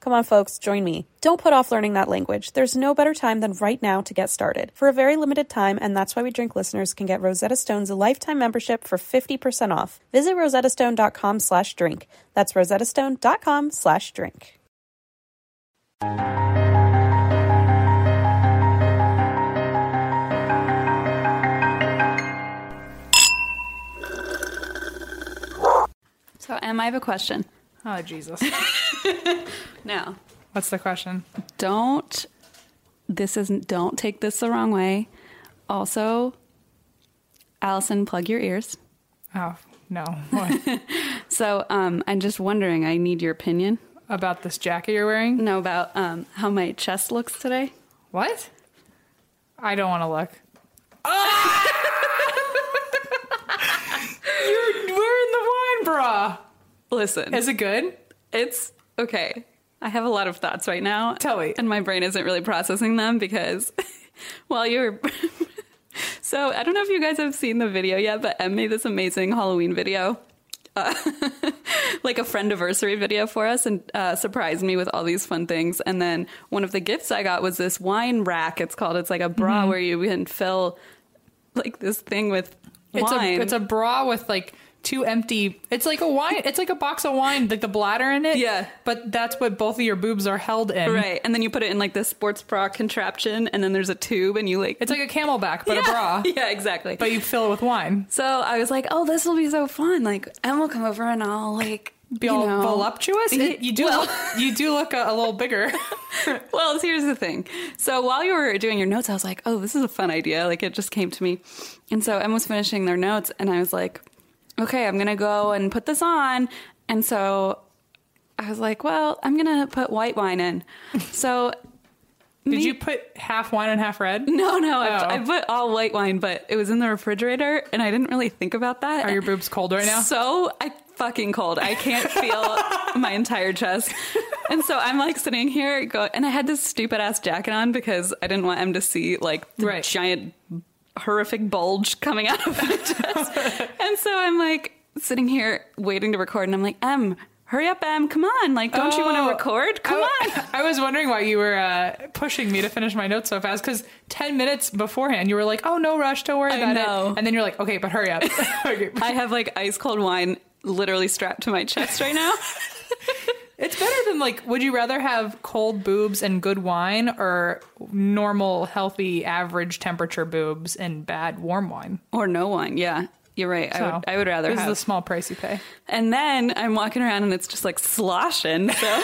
Come on, folks, join me. Don't put off learning that language. There's no better time than right now to get started. For a very limited time, and that's why we drink listeners can get Rosetta Stone's lifetime membership for 50% off. Visit rosettastone.com slash drink. That's rosettastone.com slash drink. So, Em, I have a question. Oh Jesus! Now, What's the question? don't this isn't don't take this the wrong way. Also, Allison, plug your ears. Oh no! What So, um, I'm just wondering. I need your opinion. about this jacket you're wearing? Know about um, how my chest looks today? What? I don't want to look. you're wearing the wine bra. Listen, Is it good? it's okay. I have a lot of thoughts right now. Tell me. And my brain isn't really processing them because while you were. so I don't know if you guys have seen the video yet, but Em made this amazing Halloween video. Uh, like a friend anniversary video for us and uh, surprised me with all these fun things. And then one of the gifts I got was this wine rack. It's called. It's like a bra Mm-hmm. where you can fill like this thing with It's wine. a it's a bra with like two empty. It's like a wine. It's like a box of wine, like the bladder in it. Yeah. But that's what both of your boobs are held in. right. And then you put it in like this sports bra contraption, and then there's a tube, and you like It's like a camelback, but a bra. Yeah, exactly. But you fill it with wine. So I was like, oh, this will be so fun. Like, Em will come over and I'll like Be you all know. voluptuous. It- you do Well- look, you do look a, a little bigger. Well, here's the thing. So while you were doing your notes, I was like, oh, this is a fun idea. Like, it just came to me. And so Em was finishing their notes, and I was like, okay, I'm gonna go and put this on. And so I was like, well, I'm gonna put white wine in. So Did you put half wine and half red? no, no, I, Oh. I put all white wine, but it was in the refrigerator, and I didn't really think about that. Are your boobs cold right now? So I fucking cold. I can't feel my entire chest. And so I'm like sitting here go and I had this stupid ass jacket on because I didn't want him to see like the Right. giant horrific bulge coming out of my chest. and so I'm like sitting here waiting to record and I'm like, Em, hurry up, Em, come on. Like, don't you want Oh. to record? Come I, on. I was wondering why you were uh, pushing me to finish my notes so fast because 10 minutes beforehand, you were like, oh, no rush, don't worry I about know. it. And then you're like, okay, but hurry up. Okay. I have like ice cold wine literally strapped to my chest right now. it's better than like, would you rather have cold boobs and good wine or normal, healthy, average temperature boobs and bad warm wine? or no one. Yeah. You're right. I would, I would rather This have is a small price you pay. And then I'm walking around and it's just like sloshing. So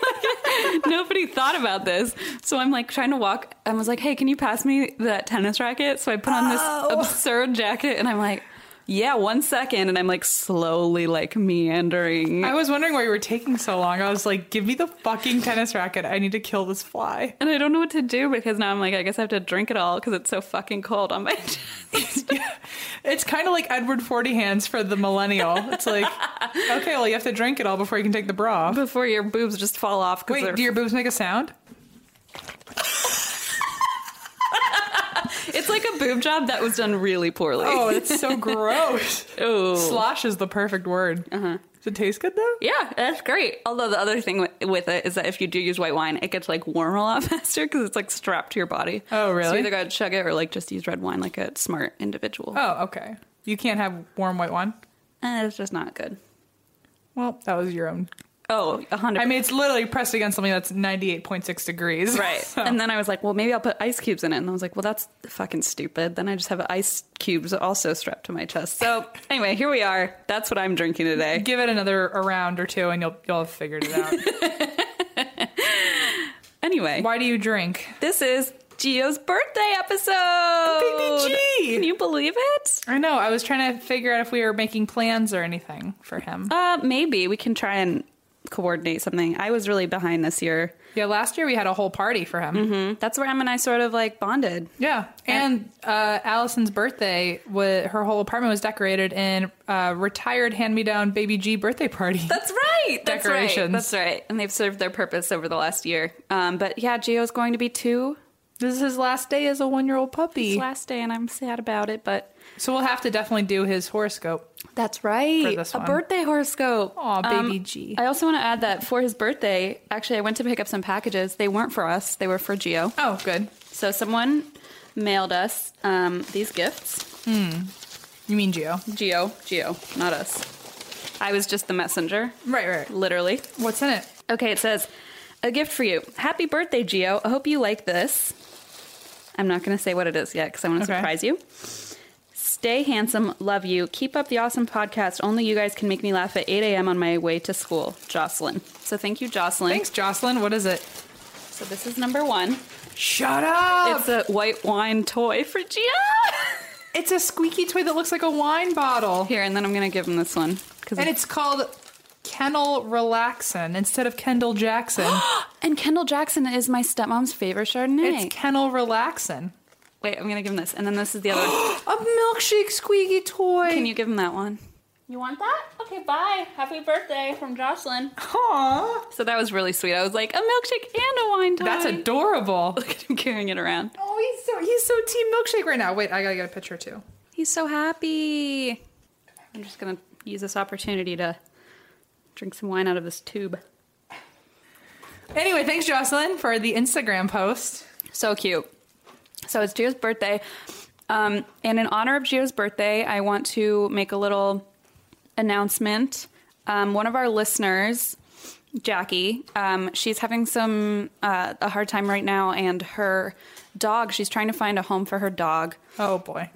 nobody thought about this. So I'm like trying to walk. I was like, hey, can you pass me that tennis racket? So I put on Oh. this absurd jacket and I'm like, yeah, one second. And I'm like slowly like meandering. I was wondering why you were taking so long. I was like, give me the fucking tennis racket. I need to kill this fly. and I don't know what to do because now I'm like, I guess I have to drink it all because it's so fucking cold on my chest. It's kind of like Edward Forty Hands for the millennial. It's like, okay, well, you have to drink it all before you can take the bra off. Before your boobs just fall off. 'cause Wait, they're- do your boobs make a sound? it's like a boob job that was done really poorly. Oh, it's so gross. Ooh. Slosh is the perfect word. Uh-huh. Does it taste good though? Yeah, that's great. Although the other thing with, with it is that if you do use white wine, it gets like warm a lot faster because it's like strapped to your body. Oh, So you really? either gotta chug it or like just use red wine like a smart individual. Oh, okay. You can't have warm white wine. And it's just not good. Well, that was your own Oh, 100%. I mean, it's literally pressed against something that's 98.6 degrees. Right. So- And then I was like, well, maybe I'll put ice cubes in it. And I was like, well, that's fucking stupid. Then I just have ice cubes also strapped to my chest. So anyway, here we are. That's what I'm drinking today. Give it another a round or two, and you'll you'll have figured it out. Anyway, Why do you drink? this is Gio's birthday episode. Baby G! Can you believe it? I know. I was trying to figure out if we were making plans or anything for him. Uh, maybe we can try and coordinate something. I was really behind this year. yeah, last year we had a whole party for him. Mm, That's where Em and I sort of like bonded. Yeah, and uh, Allison's birthday, wa- her whole apartment was decorated in uh, retired hand-me-down baby G birthday party. That's right. That's right. Decorations. That's right. And they've served their purpose over the last year. Um, but yeah, Gio's going to be two This is his last day as a one-year-old his puppy, last day, and I'm sad about it. But so we'll have to definitely do his horoscope. That's right. for this a one. birthday horoscope. Um, Aw, baby G. I also want to add that for his birthday, actually, I went to pick up some packages. They weren't for us, they were for Geo. Oh, good. So someone mailed us um, these gifts. You mean Geo? Geo, Geo, not us. I was just the messenger, Right, right. literally. What's in it? Okay, it says, a gift for you. Happy birthday, Geo. I hope you like this. I'm not going to say what it is yet because I want to Okay. surprise you. Stay handsome. Love you. Keep up the awesome podcast. Only you guys can make me laugh at 8 a.m. on my way to school. Jocelyn. So thank you, Jocelyn. Thanks, Jocelyn. What is it? So this is number one. Shut up! It's a white wine toy for Geo. It's a squeaky toy that looks like a wine bottle. Here, and then I'm going to give him this one. 'cause- And it's called Kennel Relaxin' instead of Kendall Jackson. and Kendall Jackson is my stepmom's favorite Chardonnay. it's Kennel Relaxin'. Wait, I'm going to give him this. And then this is the other one. A milkshake squeaky toy. Can you give him that one? You want that? Okay, bye. Happy birthday from Jocelyn. Aw, So that was really sweet. I was like, a milkshake and a wine toy. that's adorable. Look at him carrying it around. Oh, he's so he's so team milkshake right now. Wait, I gotta get a picture too. He's so happy. I'm just gonna use this opportunity to drink some wine out of this tube. Anyway, thanks Jocelyn for the Instagram post. So cute. So it's Gio's birthday. Um, and in honor of Gio's birthday, I want to make a little announcement. Um, one of our listeners, Jackie, um, she's having some uh, a hard time right now, and her dog. She's trying to find a home for her dog. Oh boy.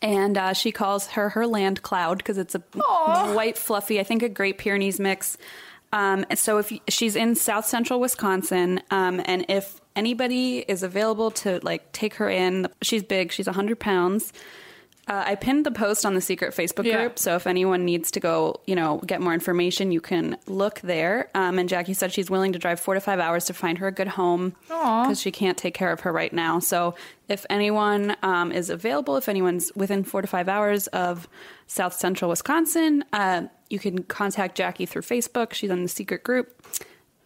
and uh, she calls her her land cloud because it's a Aw. white fluffy i think a great pyrenees mix um, and so if y- she's in south central wisconsin um, and if anybody is available to like take her in she's big she's 100 pounds uh, i pinned the post on the secret facebook Yeah. group so if anyone needs to go you know get more information you can look there um, and jackie said she's willing to drive four to five hours to find her a good home Aw. because she can't take care of her right now. So if anyone um, is available, if anyone's within four to five hours of South Central Wisconsin, uh, you can contact Jackie through Facebook. She's on the secret group.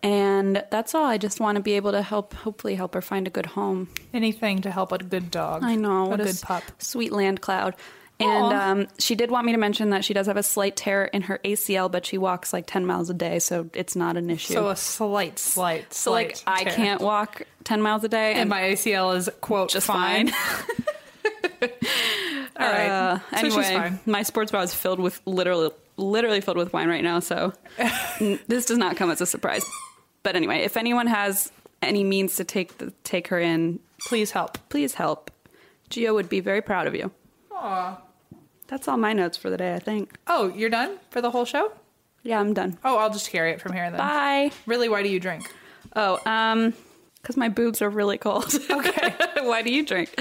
And that's all. I just want to be able to help, hopefully, help her find a good home. Anything to help a good dog. I know. a what good s- pup. Sweet land cloud. And Aw. um, she did want me to mention that she does have a slight tear in her ACL, but she walks like 10 miles a day, so it's not an issue. So a slight, slight, So, like, slight I tear. can't walk 10 miles a day. And my ACL is quote just fine. fine. All right. Uh, So anyway, she's fine. my sports bra is filled with literally, literally filled with wine right now. So n- this does not come as a surprise. But anyway, if anyone has any means to take the, take her in, Please help. please help. Gio would be very proud of you. Aw. That's all my notes for the day. I think. Oh, you're done for the whole show? Yeah, I'm done. Oh, I'll just carry it from here then. Bye. Really, why do you drink? Oh, um, because my boobs are really cold. Okay. Why do you drink?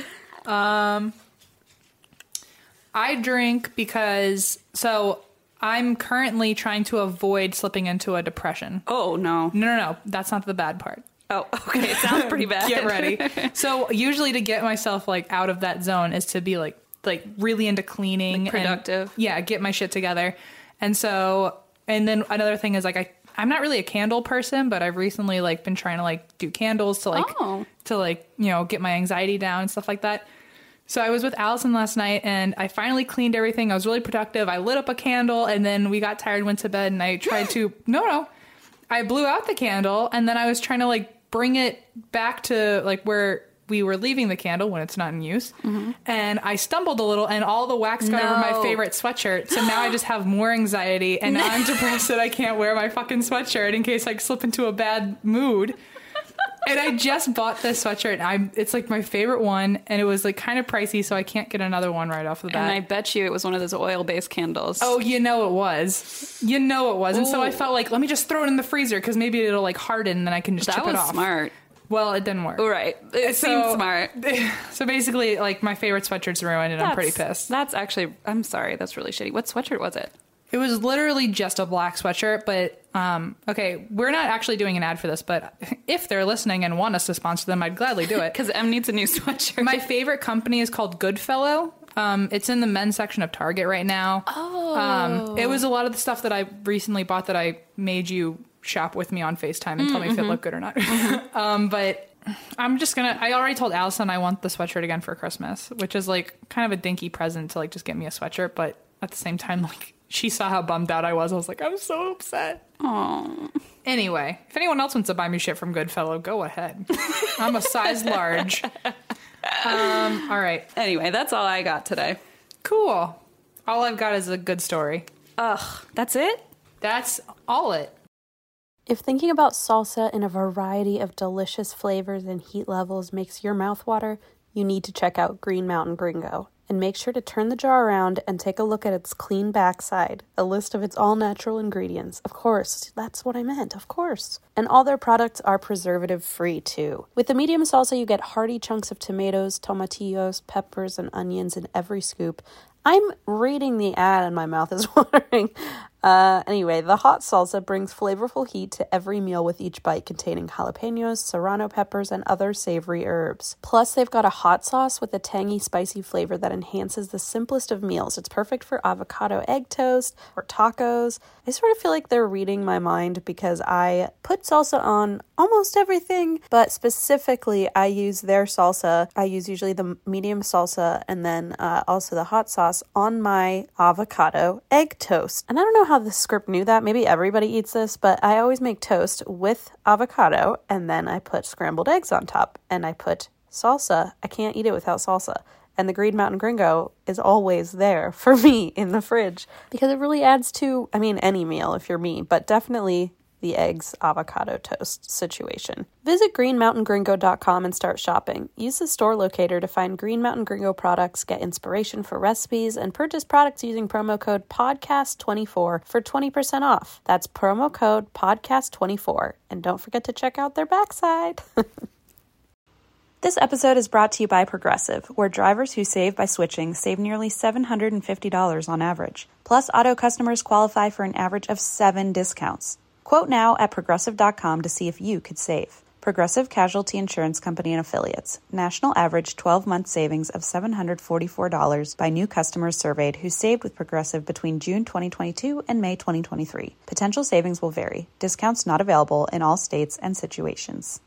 I drink because so I'm currently trying to avoid slipping into a depression. Oh no. No, no, no. That's not the bad part. Oh, okay. It sounds pretty bad. Get ready. so usually to get myself like out of that zone is to be like like really into cleaning Like, and- productive. yeah, get my shit together. And so and then another thing is like I I'm not really a candle person, but I've recently like been trying to like do candles to like Oh. to like, you know, get my anxiety down and stuff like that. So I was with Allison last night and I finally cleaned everything. I was really productive. I lit up a candle and then we got tired, went to bed, and I tried to no no. I blew out the candle and then I was trying to like bring it back to like where we were leaving the candle when it's not in use, and I stumbled a little, and all the wax got over No. my favorite sweatshirt. So now I just have more anxiety, and now I'm depressed that I can't wear my fucking sweatshirt in case I slip into a bad mood. And I just bought this sweatshirt. and I'm it's like my favorite one, and it was like kind of pricey, so I can't get another one right off the bat. And I bet you it was one of those oil-based candles. Oh, you know it was. You know it was. And so I Ooh. felt like, let me just throw it in the freezer because maybe it'll like harden and then I can just that chip it was off. smart. Well, it didn't work. All right, it So- seems smart. So basically, like my favorite sweatshirt's ruined and I'm pretty That's- pissed. That's actually, I'm sorry, that's really shitty. What sweatshirt was it? It was literally just a black sweatshirt, but um, okay, we're not actually doing an ad for this, but if they're listening and want us to sponsor them, I'd gladly do it. Because M needs a new sweatshirt. My favorite company is called Goodfellow. Um, it's in the men's section of Target right now. Oh. Um, it was a lot of the stuff that I recently bought that I made you shop with me on FaceTime and tell me if it looked good or not. um, but I'm just gonna. I already told Allison I want the sweatshirt again for Christmas, which is like kind of a dinky present to like just get me a sweatshirt. But at the same time, like she saw how bummed out I was. I was like, I'm so upset. Aw. Anyway, if anyone else wants to buy me shit from Goodfellow, go ahead. I'm a size large. Um, all right, Anyway, that's all I got today. cool. All I've got is a good story. Ugh, that's it? That's all it. If thinking about salsa in a variety of delicious flavors and heat levels makes your mouth water, you need to check out Green Mountain Gringo. And make sure to turn the jar around and take a look at its clean backside, a list of its all natural ingredients. Of course, that's what I meant, of course. And all their products are preservative free too. With the medium salsa, you get hearty chunks of tomatoes, tomatillos, peppers, and onions in every scoop. I'm reading the ad and my mouth is watering. Uh, anyway, the hot salsa brings flavorful heat to every meal with each bite, containing jalapenos, serrano peppers, and other savory herbs. Plus, they've got a hot sauce with a tangy, spicy flavor that enhances the simplest of meals. It's perfect for avocado egg toast or tacos. I sort of feel like they're reading my mind because I put salsa on almost everything, but specifically, I use their salsa. I use usually the medium salsa and then uh, also the hot sauce on my avocado egg toast. And I don't know how the script knew that. Maybe everybody eats this, but I always make toast with avocado and then I put scrambled eggs on top and I put salsa. I can't eat it without salsa. And the Green Mountain Gringo is always there for me in the fridge because it really adds to, I mean, any meal if you're me, but definitely the eggs avocado toast situation. Visit greenmountaingringo.com and start shopping. Use the store locator to find Green Mountain Gringo products, get inspiration for recipes, and purchase products using promo code PODCAST24 for 20% off. That's promo code PODCAST24. And don't forget to check out their backside. This episode is brought to you by Progressive, where drivers who save by switching save nearly $750 on average. Plus, auto customers qualify for an average of seven discounts. Quote now at progressive.com to see if you could save. Progressive Casualty Insurance Company and Affiliates. National average 12 month savings of $744 by new customers surveyed who saved with Progressive between June 2022 and May 2023. Potential savings will vary. Discounts not available in all states and situations.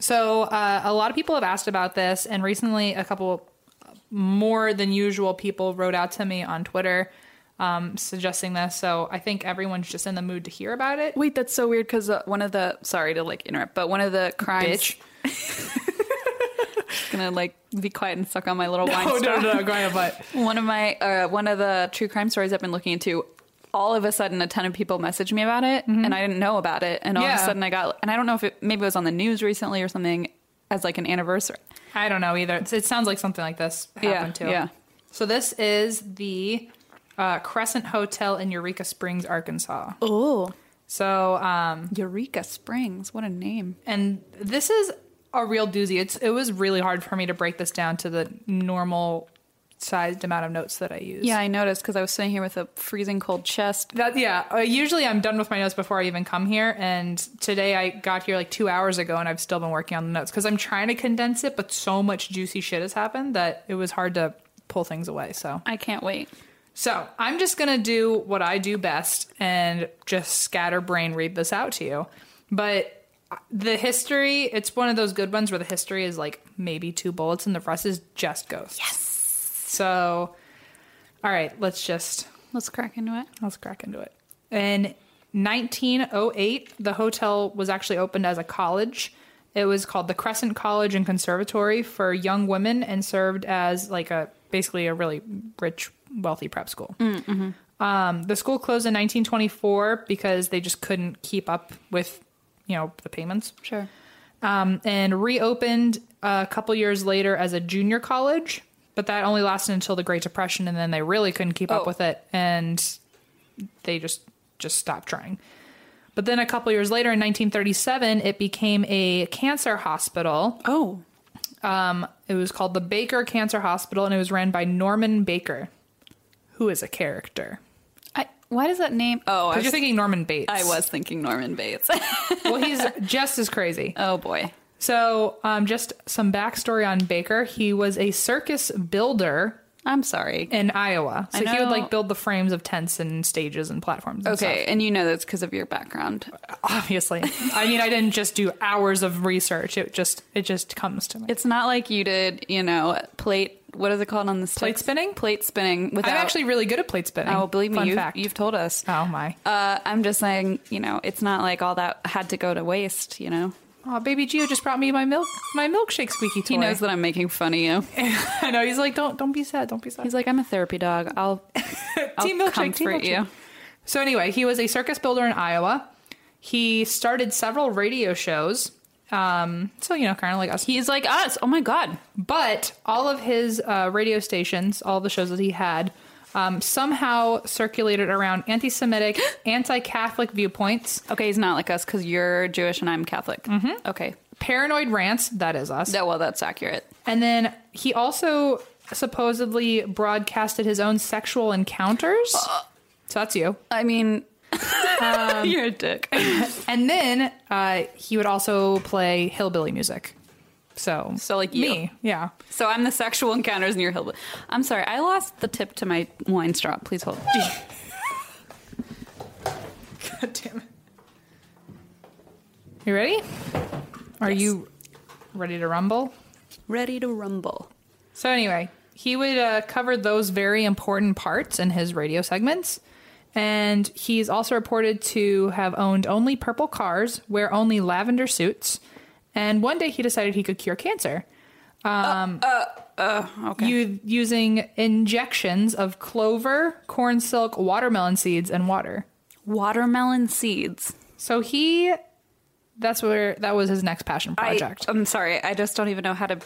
So uh, a lot of people have asked about this, and recently a couple more than usual people wrote out to me on Twitter um, suggesting this. So I think everyone's just in the mood to hear about it. Wait, that's so weird because uh, one of the, sorry to like interrupt, but one of the crimes. Bitch. Just gonna like be quiet and suck on my little wine Oh story. no, no, no, grind a butt. One of my uh, one of the true crime stories I've been looking into. All of a sudden, a ton of people messaged me about it, and I didn't know about it. And all of Yeah. a sudden, I got and I don't know if it maybe it was on the news recently or something as like an anniversary. I don't know either. It's- It sounds like something like this happened Yeah, to. yeah. So this is the uh, Crescent Hotel in Eureka Springs, Arkansas. Oh, So um, Eureka Springs! What a name! and this is a real doozy. It's it was really hard for me to break this down to the normal sized amount of notes that I use. Yeah, I noticed because I was sitting here with a freezing cold chest. That yeah. Uh, usually I'm done with my notes before I even come here, and today I got here like two hours ago, and I've still been working on the notes because I'm trying to condense it, but so much juicy shit has happened that it was hard to pull things away. So I can't wait. so I'm just gonna do what I do best and just scatterbrain read this out to you, but. uh, The history, it's one of those good ones where the history is like maybe two bullets and the rest is just ghosts. Yes. So, all right, let's just Let's crack into it. Let's crack into it. oh In 1908, the hotel was actually opened as a college, It was called the Crescent College and Conservatory for Young Women and served as like a basically a really rich, wealthy prep school. Um, the school closed in 1924 because they just couldn't keep up with, you know, the payments Sure. um, and reopened a couple years later as a junior college, but that only lasted until the Great Depression, and then they really couldn't keep Oh. up with it, and they just just stopped trying. But then a couple years later, in 1937, it became a cancer hospital. Oh. Um, it was called the Baker Cancer Hospital, and it was ran by Norman Baker, who is a character. I, why does that name? Oh, I Because was, you're thinking Norman Bates. I was thinking Norman Bates. Well, he's just as crazy. oh boy. So, um, just some backstory on Baker. He was a circus builder I'm sorry. in Iowa. So I he would know- like build the frames of tents and stages and platforms. And Okay, and you know that's because of your background. stuff, obviously. I mean, I didn't just do hours of research. It just it just comes to me. It's not like you did, you know, plate. What is it called on the sticks? Plate spinning? Plate spinning. Without I'm actually really good at plate spinning. Oh, believe me, Fun you've, fact. you've told us. oh my. Uh, I'm just saying, you know, it's not like all that had to go to waste. You know, Oh, baby Gio just brought me my milk my milkshake squeaky toy. he knows that I'm making fun of you. I know. He's like, don't don't be sad. Don't be sad. He's like, I'm a therapy dog. I'll, I'll Team milkshake, team comfort milkshake. you. So anyway, he was a circus builder in Iowa. He started several radio shows. Um, so you know, kind of like us. He's like us. Oh my god. But all of his uh, radio stations, all the shows that he had, um, somehow circulated around anti-Semitic, anti-Catholic viewpoints, Okay, he's not like us because you're Jewish and I'm Catholic. Mm-hmm. Okay. paranoid rants. That is us. No, well, that's accurate. And then he also supposedly broadcasted his own sexual encounters. Uh. So that's you. I mean, Um, you're a dick. And then uh, he would also play hillbilly music. So, So, like you. me, yeah. So I'm the sexual encounters in your hillbilly. I'm sorry, I lost the tip to my wine straw. Please hold. God damn it! You ready? Are Yes. you ready to rumble? Ready to rumble. So anyway, he would uh, cover those very important parts in his radio segments. And he's also reported to have owned only purple cars, wear only lavender suits, and one day he decided he could cure cancer. Uh, Um, okay. u- using injections of clover, corn silk, watermelon seeds, and water. Watermelon seeds. So he, that's where that was his next passion project. I, am sorry, I just don't even know how to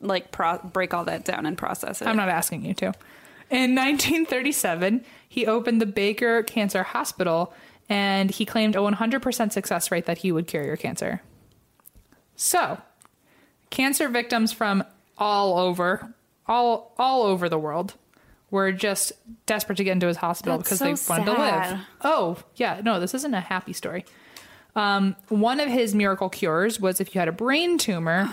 like pro- break all that down and process it. I'm not asking you to. In 1937, he opened the Baker Cancer Hospital and he claimed a 100% success rate that he would cure your cancer. So, cancer victims from all over, all all over the world were just desperate to get into his hospital That's because so they wanted to sad. live. Oh, yeah, no, this isn't a happy story. Um, one of his miracle cures was if you had a brain tumor,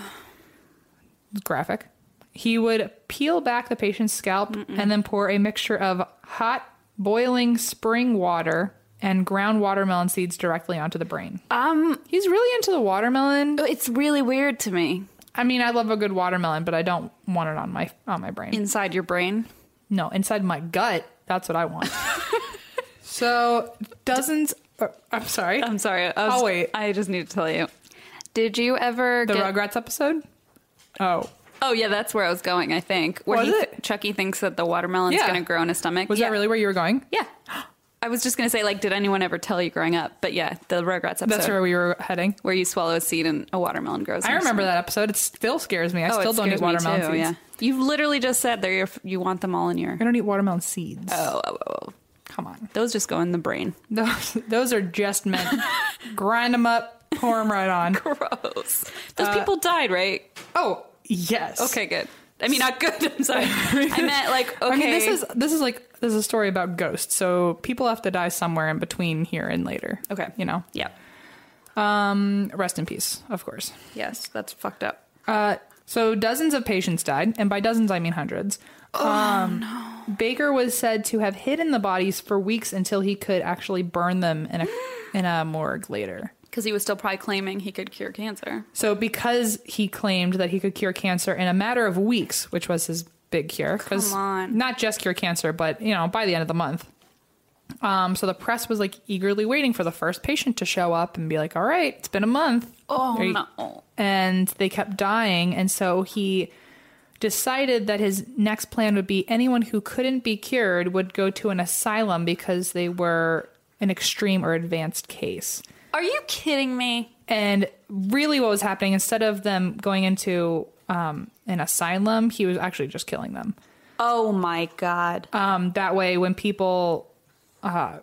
graphic. He would peel back the patient's scalp and then pour a mixture of hot boiling spring water and ground watermelon seeds directly onto the brain. Um, He's really into the watermelon. Oh, it's really weird to me. I mean, I love a good watermelon, but I don't want it on my on my brain. Inside your brain. No, inside my gut. That's what I want. so, dozens uh, I'm sorry. I'm sorry. I was, Oh, wait. I just need to tell you. Did you ever the get? Rugrats episode? Oh. oh yeah, that's where I was going. I think. Where Was he, it? Chucky thinks that the watermelon's Yeah. going to grow in his stomach. Was yeah. that really where you were going? Yeah. I was just going to say, like, did anyone ever tell you growing up? But yeah, the Rugrats episode That's where we were heading. where you swallow a seed and a watermelon grows. in I your remember stomach. that episode. It still scares me. I Oh, still it don't eat scares me watermelon too, seeds. Yeah. You've literally just said they're your, you want them all in your. I don't eat watermelon seeds. Oh, oh, oh, oh. Come on. Those just go in the brain. Those, those are just meant. grind them up, pour them right on. Gross. Uh, Those people died, right? Oh, yes. Okay, good. I mean, not good. I'm sorry. I meant like okay. I mean, this is this is like this is a story about ghosts. So people have to die somewhere in between here and later. Okay. you know. yeah. Um, rest in peace, of course. Yes, that's fucked up. Uh, so dozens of patients died, and by dozens I mean hundreds. Oh, um, Baker was said to have hidden the bodies for weeks until he could actually burn them in a in a morgue later. Because he was still probably claiming he could cure cancer. So because he claimed that he could cure cancer in a matter of weeks, which was his big cure, because Come on. not just cure cancer, but you know, by the end of the month. Um, so the press was like eagerly waiting for the first patient to show up and be like, "All right, it's been a month. Oh Are you- no. and they kept dying. And so he decided that his next plan would be anyone who couldn't be cured would go to an asylum because they were an extreme or advanced case. Are you kidding me? And really, what was happening instead of them going into um, an asylum, he was actually just killing them. Oh my god. Um, that way, when people uh,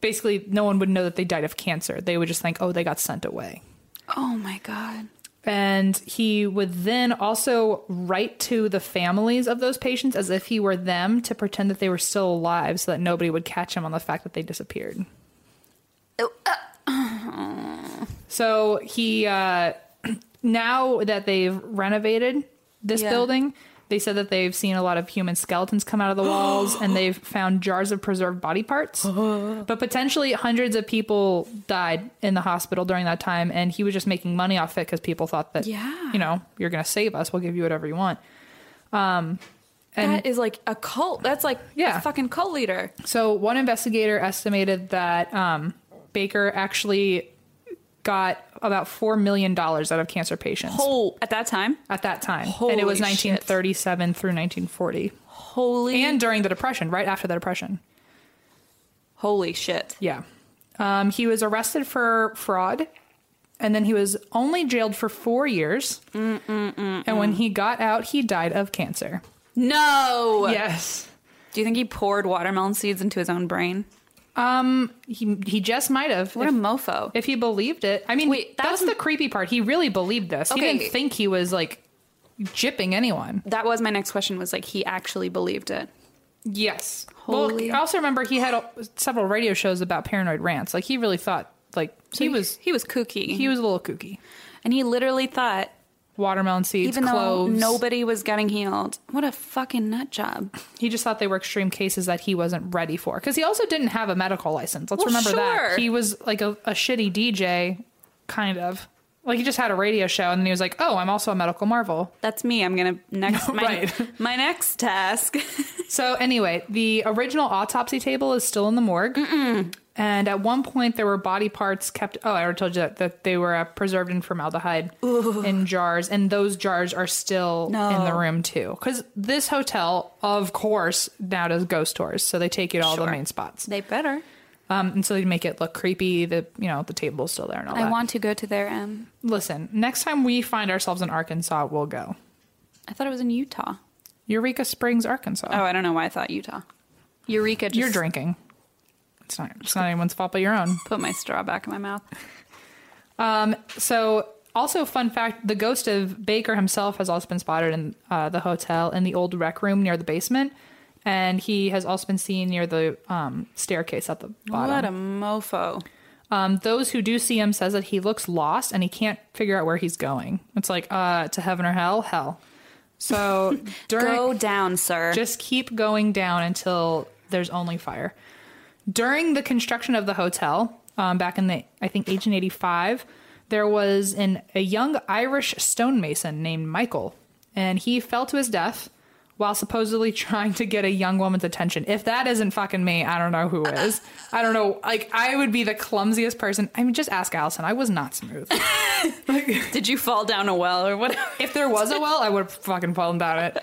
basically no one would know that they died of cancer, they would just think, oh, they got sent away. Oh my god. And he would then also write to the families of those patients as if he were them to pretend that they were still alive so that nobody would catch him on the fact that they disappeared. So he, uh, now that they've renovated this Yeah. building, they said that they've seen a lot of human skeletons come out of the walls and they've found jars of preserved body parts. but potentially hundreds of people died in the hospital during that time. And he was just making money off it because people thought that, Yeah. you know, you're going to save us. We'll give you whatever you want. And- That is like a cult. That's like Yeah. a fucking cult leader. So one investigator estimated that um, Baker actually got about $4 million out of cancer patients. Oh, at that time? at that time. and it was Holy shit. 1937 through 1940. Holy And during the Depression, right after the Depression. holy shit. Yeah. Um, he was arrested for fraud and then he was only jailed for four years. And when he got out, he died of cancer. No. Yes. Do you think he poured watermelon seeds into his own brain? Um, he, he just might have. What if, a mofo. if he believed it. I mean, Wait, that that's was- the creepy part. He really believed this. Okay. He didn't think he was like jipping anyone. that was my next question was like he actually believed it. Yes. Holy- Well, I also remember he had a, several radio shows about paranoid rants. Like he really thought like he was he was kooky. he was a little kooky. and he literally thought Watermelon seeds, even cloves. though nobody was getting healed. What a fucking nut job. He just thought they were extreme cases that he wasn't ready for because he also didn't have a medical license. Let's Well, remember sure. that he was like a, a shitty DJ, kind of. Like he just had a radio show and then he was like, "Oh, I'm also a medical marvel." That's me. I'm gonna next my, right. my next task. So anyway, the original autopsy table is still in the morgue. And at one point, there were body parts kept. Oh, I already told you that, that they were uh, preserved in formaldehyde in jars, and those jars are still in the No. room too. Because this hotel, of course, now does ghost tours, so they take you to all the Sure. main spots, they better. um, and so they make it look creepy. The you know the table is still there and all I that. want to go to their um Listen, next time we find ourselves in Arkansas, we'll go I thought it was in Utah. Eureka Springs, Arkansas. Oh, I don't know why I thought Utah. Eureka just You're drinking. It's not. It's not anyone's fault but your own. put my straw back in my mouth. Um, so, also, fun fact the ghost of Baker himself has also been spotted in uh, the hotel in the old rec room near the basement. And he has also been seen near the um, staircase at the What a bottom. mofo. um, those who do see him says that he looks lost and he can't figure out where he's going. It's like uh, to heaven or hell, hell. So during, Go down, sir. just keep going down until there's only fire. During the construction of the hotel, um, back in the I think 1885, there was an a young Irish stonemason named Michael, and he fell to his death while supposedly trying to get a young woman's attention. If that isn't fucking me, I don't know who is. I don't know. Like I would be the clumsiest person. I mean, just ask Allison. I was not smooth. Did you fall down a well or what? if there was a well, I would have fucking fallen down it.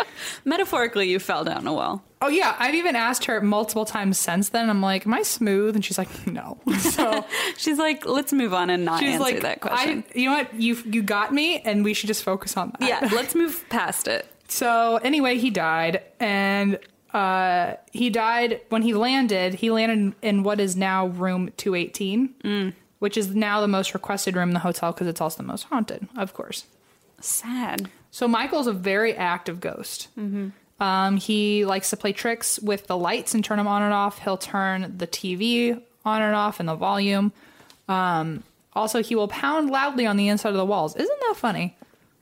Metaphorically, you fell down a well. Oh yeah, I've even asked her multiple times since then. I'm like, "Am I smooth?" And she's like, "No." So She's like, let's move on and not she's answer like, that question. "I, you know what? You you got me, and we should just focus on that." yeah, let's move past it. So anyway, he died, and uh, he died when he landed. He landed in what is now room 218, Mm. which is now the most requested room in the hotel because it's also the most haunted, of course. Sad. So Michael's a very active ghost. Mm-hmm. Um, he likes to play tricks with the lights and turn them on and off. He'll turn the TV on and off and the volume. Um, also, he will pound loudly on the inside of the walls. Isn't that funny?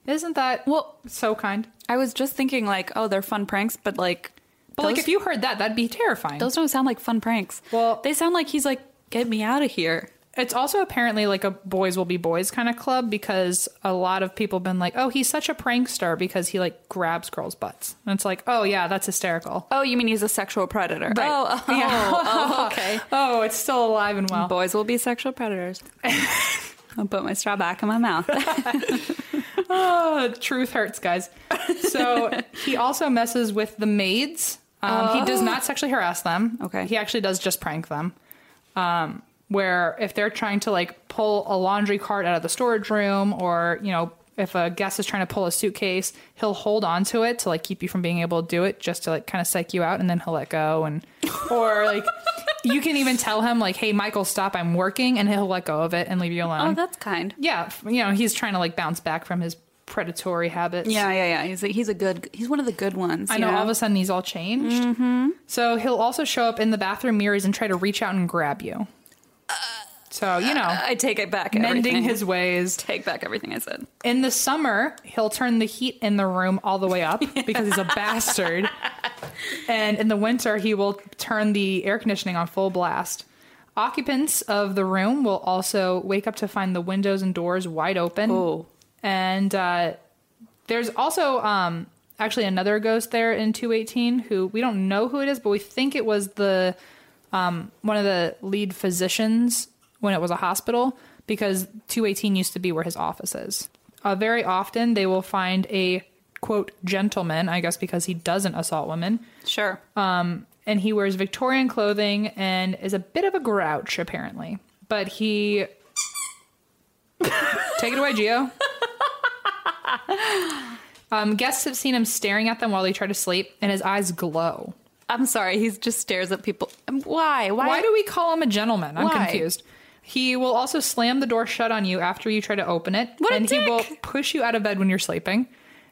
Isn't that Well- so kind? I was just thinking, like, oh, they're fun pranks, but like, But like, those- if you heard that, that'd be terrifying. those don't sound like fun pranks. Well- they sound like he's like, get me out of here. it's also apparently like a boys will be boys kind of club because a lot of people have been like, "Oh, he's such a prankster because he like grabs girls' butts," and it's like, "Oh yeah, that's hysterical." Oh, you mean he's a sexual predator? Oh, oh, Yeah. oh, okay. Oh, it's still alive and well. Boys will be sexual predators. I'll put my straw back in my mouth. Oh, truth hurts, guys. So he also messes with the maids. Um, He does not sexually harass them. Okay. He actually does just prank them. Um, where if they're trying to like pull a laundry cart out of the storage room, or you know, if a guest is trying to pull a suitcase, he'll hold on to it to like keep you from being able to do it, just to like kind of psych you out, and then he'll let go. And or like you can even tell him like, "Hey, Michael, stop! I'm working," and he'll let go of it and leave you alone oh, that's kind. yeah, f- you know, he's trying to like bounce back from his predatory habits. Yeah, yeah, yeah. He's a, he's a good. He's one of the good ones. I you know, all of a sudden he's all changed. Mm-hmm. So he'll also show up in the bathroom mirrors and try to reach out and grab you. So, you know, I take it back. mending uh, everything. his ways. take back everything I said. In the summer, he'll turn the heat in the room all the way up because he's a bastard. And in the winter, he will turn the air conditioning on full blast. Occupants of the room will also wake up to find the windows and doors wide open. Oh. And uh, there's also um, actually another ghost there in 218 who we don't know who it is, but we think it was the um, one of the lead physicians when it was a hospital because 218 used to be where his office is. Uh, very often they will find a quote gentleman, I guess because he doesn't assault women, Sure. um, and he wears Victorian clothing and is a bit of a grouch apparently. But he take it away, Geo. um, guests have seen him staring at them while they try to sleep, and his eyes glow. I'm sorry. He just stares at people. Um, Why? Why? Why do we call him a gentleman? I'm Why? confused. He will also slam the door shut on you after you try to open it, What a and he will dick. push you out of bed when you're sleeping.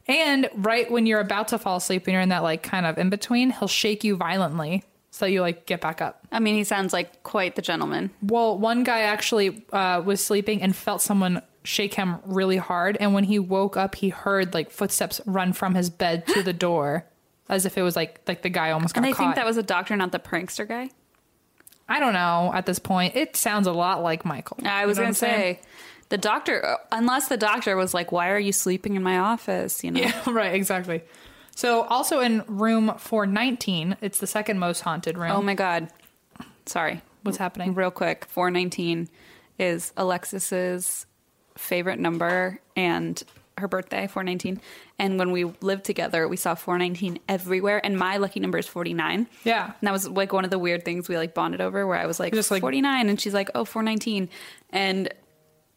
And right when you're about to fall asleep, when you're in that like kind of in between, he'll shake you violently so you like get back up. I mean, he sounds like quite the gentleman. Well, one guy actually uh, was sleeping and felt someone shake him really hard, and when he woke up, he heard like footsteps run from his bed to the door, as if it was like like the guy almost got And I caught. think that was a doctor, not the prankster guy. I don't know. At this point, it sounds a lot like Michael. I was going You know what to I'm saying? say the doctor, uh, unless the doctor was like, "Why are you sleeping in my office?" You know. Yeah, right, exactly. So, also in room 419, it's the second most haunted room. Oh my god. Sorry. What's happening? Real quick. 419 is Alexis's favorite number and her birthday 419 and when we lived together we saw 419 everywhere and my lucky number is 49 Yeah. and that was like one of the weird things we like bonded over where i was like Just, like- 49 and she's like oh 419 and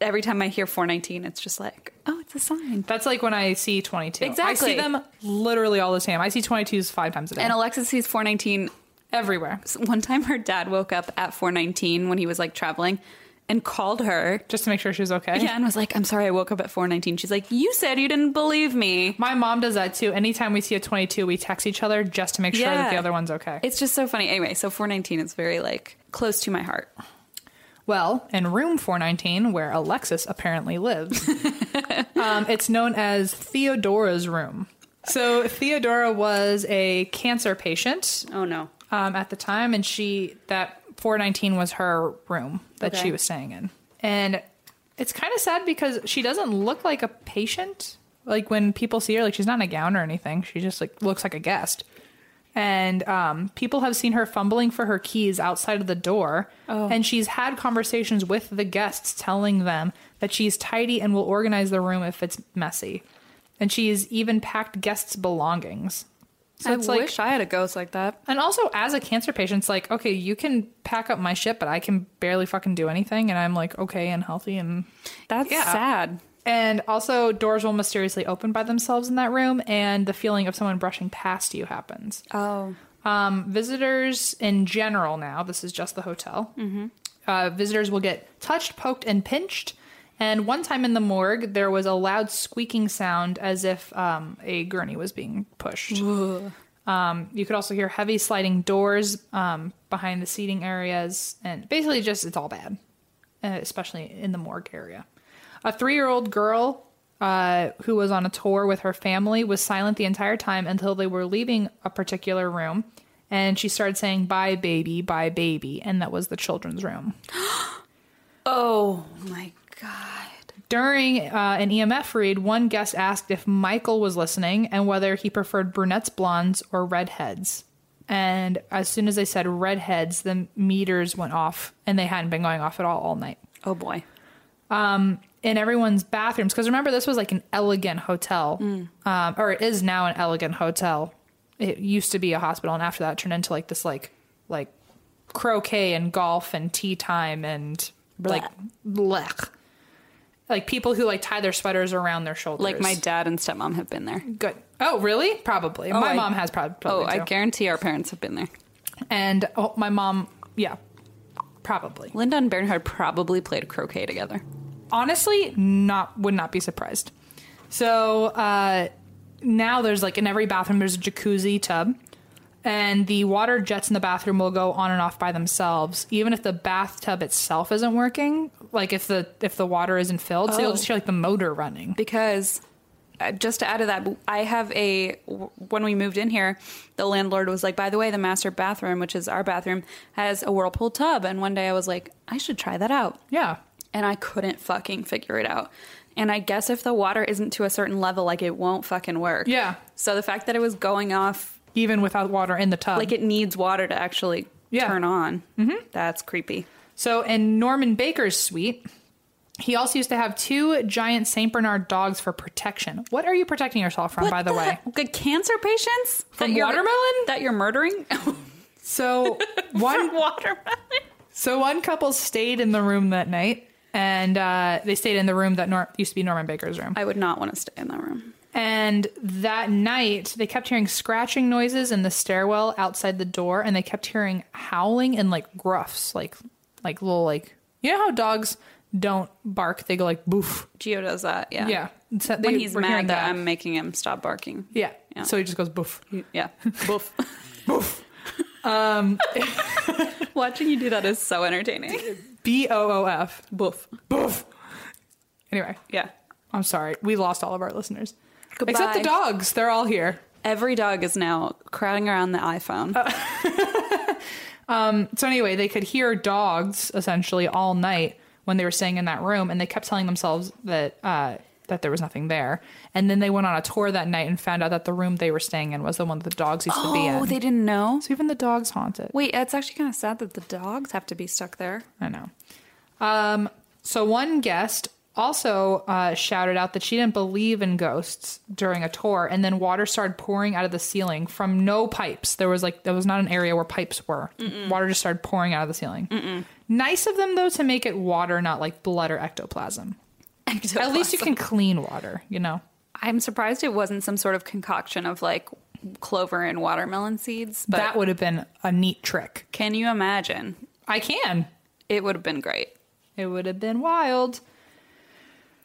every time i hear 419 it's just like oh it's a sign That's like when I see 22. I see Exactly. them literally all the time. I see 22s five times a day. and alexis sees 419 everywhere. one time her dad woke up at 419 when he was like traveling and called her Just to make sure she's okay. Yeah, and was like, I'm sorry, I woke up at 419. She's like, You said you didn't believe me. My mom does that too. Anytime we see a 22, we text each other just to make sure that the Yeah. other one's okay. It's just so funny. Anyway, so 419 is very like close to my heart. Well, in room 419, where Alexis apparently lives, um, it's known as Theodora's room. So, Theodora was a cancer patient Oh no. um, at the time, and she that 419 was her room that Okay. she was staying in, and it's kind of sad because she doesn't look like a patient. Like when people see her, like she's not in a gown or anything. She just like looks like a guest, and um, people have seen her fumbling for her keys outside of the door, Oh. and she's had conversations with the guests, telling them that she's tidy and will organize the room if it's messy, and she's even packed guests' belongings. So I it's like wish I had a ghost like that. and also, as a cancer patient, it's like, okay, you can pack up my shit, but I can barely fucking do anything, and I'm like okay and healthy and. That's Yeah. sad. And also, doors will mysteriously open by themselves in that room, and the feeling of someone brushing past you happens. Oh. Um, visitors in general now, this is just the hotel, mm-hmm. uh, visitors will get touched, poked, and pinched. And one time in the morgue, there was a loud squeaking sound as if um, a gurney was being pushed. Um, you could also hear heavy sliding doors um, behind the seating areas, and basically, just it's all bad, uh, especially in the morgue area. A three year old girl uh, who was on a tour with her family was silent the entire time until they were leaving a particular room, and she started saying, Bye, baby, bye, baby, and that was the children's room. Oh my god. During uh, an EMF read, one guest asked if Michael was listening and whether he preferred brunettes, blondes, or redheads. And as soon as they said redheads, the meters went off, and they hadn't been going off at all all night. Oh boy. um, in everyone's bathrooms. Because remember, this was like an elegant hotel, Mm. um, or it is now an elegant hotel. It used to be a hospital, and after that, it turned into like this like like croquet and golf and tea time and like blech. like people who like tie their sweaters around their shoulders. Like my dad and stepmom have been there. good. Oh, really? Probably. my I- mom has Oh, prob- probably. I too. guarantee our parents have been there. And oh, my mom, yeah, probably. Linda and Bernhard probably played croquet together. honestly not would not be surprised so uh now there's like in every bathroom there's a jacuzzi tub and the water jets in the bathroom will go on and off by themselves even if the bathtub itself isn't working like if the if the water isn't filled so you'll just hear like the motor running because uh, just to add to that, I have a w- when we moved in here, the landlord was like, "By the way, the master bathroom, which is our bathroom, has a whirlpool tub." And one day I was like, "I should try that out." yeah And I couldn't fucking figure it out. And I guess if the water isn't to a certain level, like it won't fucking work. Yeah. So the fact that it was going off, even without water in the tub like it needs water to actually Yeah. turn on, mm-hmm. that's creepy. So in Norman Baker's suite, he also used to have two giant Saint Bernard dogs for protection. What are you protecting yourself from, by the, way? good cancer patients From That you're- watermelon? that you're murdering. So one watermelon. So one couple stayed in the room that night, and uh, they stayed in the room that Nor- used to be Norman Baker's room. I would not want to stay in that room. And that night, they kept hearing scratching noises in the stairwell outside the door, and they kept hearing howling and like gruffs, like like little like you know how dogs don't bark; they go like boof. Geo does that, yeah. Yeah, So they When he's were mad hearing that, I'm making him stop barking. yeah. Yeah. So he just goes boof. Yeah. Boof. Boof. Um, Watching you do that is so entertaining. B O O F. Boof. Boof. Anyway, Yeah. I'm sorry. We lost all of our listeners. Except Goodbye. the dogs. They're all here. Every dog is now crowding around the iPhone. So anyway, they could hear dogs essentially all night when they were staying in that room, and they kept telling themselves that uh, that there was nothing there. And then they went on a tour that night and found out that the room they were staying in was the one that the dogs used to be in. oh, they didn't know? so even the dogs haunted. Wait, it's actually kind of sad that the dogs have to be stuck there. I know. Um, so one guest also uh, shouted out that she didn't believe in ghosts during a tour, and then water started pouring out of the ceiling from no pipes. There was like there was not an area where pipes were. Water just started pouring out of the ceiling. Nice of them though to make it water, not like blood or ectoplasm. At least you can clean water, you know. I'm surprised it wasn't some sort of concoction of like clover and watermelon seeds, but that would have been a neat trick. can you imagine? I can. It would have been great. It would have been wild.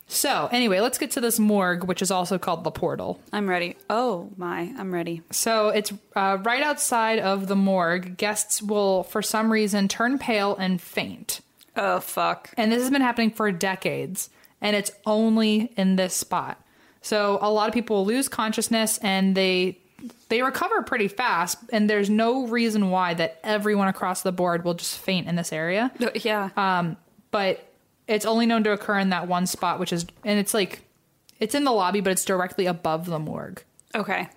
So anyway, let's get to this morgue, which is also called the portal. I'm ready. Oh my, I'm ready. So it's uh, right outside of the morgue. Guests will, for some reason, turn pale and faint. Oh fuck. And this has been happening for decades. And it's only in this spot. So a lot of people will lose consciousness and they they recover pretty fast. And there's no reason why that everyone across the board will just faint in this area. Yeah. Um, but it's only known to occur in that one spot, which is and it's like it's in the lobby, but it's directly above the morgue. okay.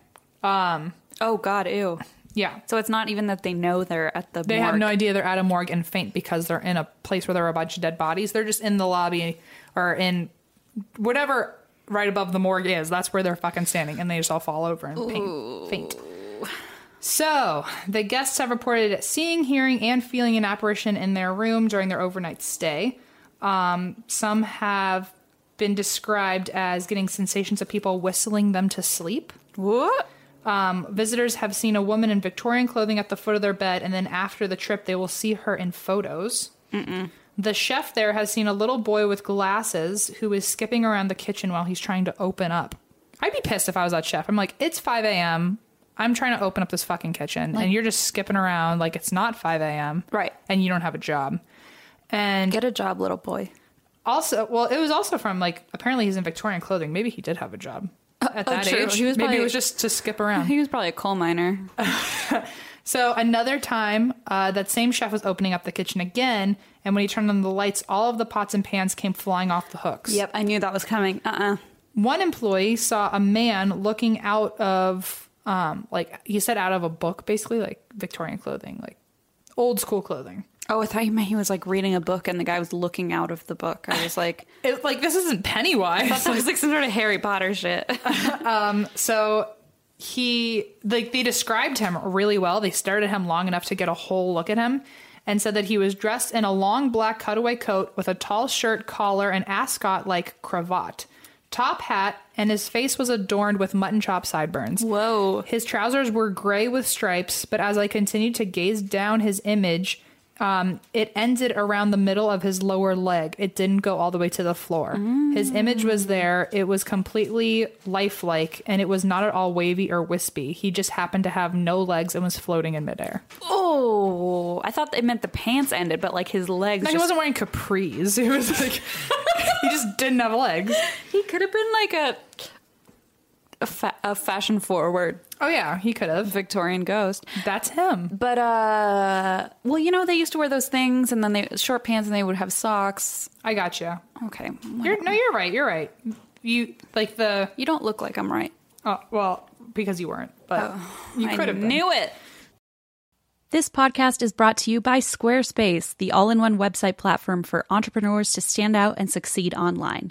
Um. Oh god. Ew. Yeah. So it's not even that they know they're at the. They morgue. have no idea they're at a morgue and faint because they're in a place where there are a bunch of dead bodies. They're just in the lobby or in whatever right above the morgue is. That's where they're fucking standing, and they just all fall over and faint. faint. So the guests have reported seeing, hearing, and feeling an apparition in their room during their overnight stay. Um, some have been described as getting sensations of people whistling them to sleep. What? Um, visitors have seen a woman in Victorian clothing at the foot of their bed, and then after the trip, they will see her in photos. The chef there has seen a little boy with glasses who is skipping around the kitchen while he's trying to open up. I'd be pissed if I was that chef. I'm like, it's 5 a.m. I'm trying to open up this fucking kitchen, and you're just skipping around like it's not 5 a.m. Right. And you don't have a job. And Get a job, little boy. also, well, it was also from like apparently he's in Victorian clothing. Maybe he did have a job at oh, that true. age. He was Maybe it probably- was just to skip around. He was probably a coal miner. So another time, uh, that same chef was opening up the kitchen again, and when he turned on the lights, all of the pots and pans came flying off the hooks. Yep, I knew that was coming. Uh uh One employee saw a man looking out of, um, like he said, out of a book, basically like Victorian clothing, like old school clothing. Oh, I thought you meant he was like reading a book and the guy was looking out of the book. I was like, It, like this isn't Pennywise. so it was like some sort of Harry Potter shit. so he like they described him really well. They stared at him long enough to get a whole look at him and said that he was dressed in a long black cutaway coat with a tall shirt, collar, and ascot like cravat, top hat, and his face was adorned with mutton chop sideburns. Whoa. His trousers were gray with stripes, but as I continued to gaze down his image, um, it ended around the middle of his lower leg. It didn't go all the way to the floor. His image was there. It was completely lifelike, and it was not at all wavy or wispy. He just happened to have no legs and was floating in midair. Oh, I thought it meant the pants ended, but like his legs. No, he just- wasn't wearing capris. He was like, he just didn't have legs. he could have been like a a, fa- a fashion forward Oh yeah, he could have. Victorian ghost. That's him. But uh, well, you know they used to wear those things, and then they short pants, and they would have socks. I got gotcha. Okay, you. You're, no, you're right. You're right. You like the you don't look like I'm right. Oh, well, because you weren't, but Oh. you Oh, I could have been. knew it. This podcast is brought to you by Squarespace, the all in one website platform for entrepreneurs to stand out and succeed online.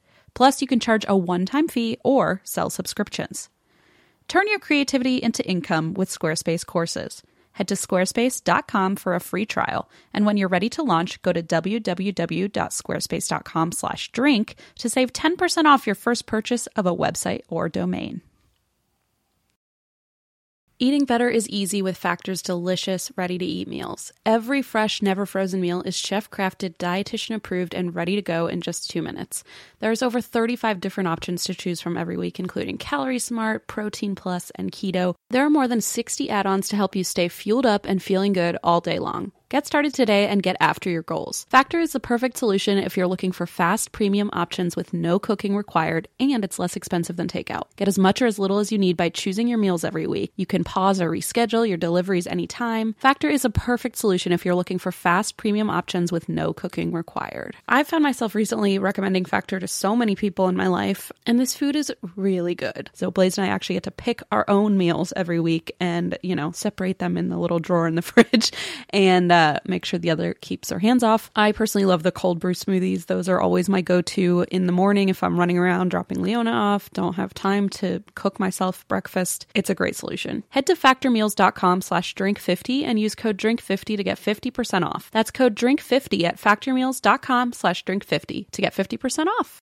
Plus, you can charge a one time fee or sell subscriptions. Turn your creativity into income with Squarespace courses. Head to squarespace.com for a free trial, and when you're ready to launch, go to www.squarespace.com/drink to save 10% off your first purchase of a website or domain. Eating better is easy with Factor's delicious, ready to eat meals. Every fresh, never frozen meal is chef crafted, dietitian approved, and ready to go in just two minutes. There's over 35 different options to choose from every week, including Calorie Smart, Protein Plus, and Keto. There are more than 60 add ons to help you stay fueled up and feeling good all day long. Get started today and get after your goals. Factor is the perfect solution if you're looking for fast premium options with no cooking required and it's less expensive than takeout. Get as much or as little as you need by choosing your meals every week. You can pause or reschedule your deliveries anytime. Factor is a perfect solution if you're looking for fast premium options with no cooking required. I've found myself recently recommending Factor to so many people in my life, and this food is really good. So Blaze and I actually get to pick our own meals every week and, you know, separate them in the little drawer in the fridge and uh, make sure the other keeps their hands off. I personally love the cold brew smoothies. Those are always my go to in the morning if I'm running around dropping Leona off, don't have time to cook myself breakfast. It's a great solution. Head to factormeals.com slash drink50 and use code drink50 to get 50% off. That's code drink50 at factormeals.com slash drink50 to get 50% off.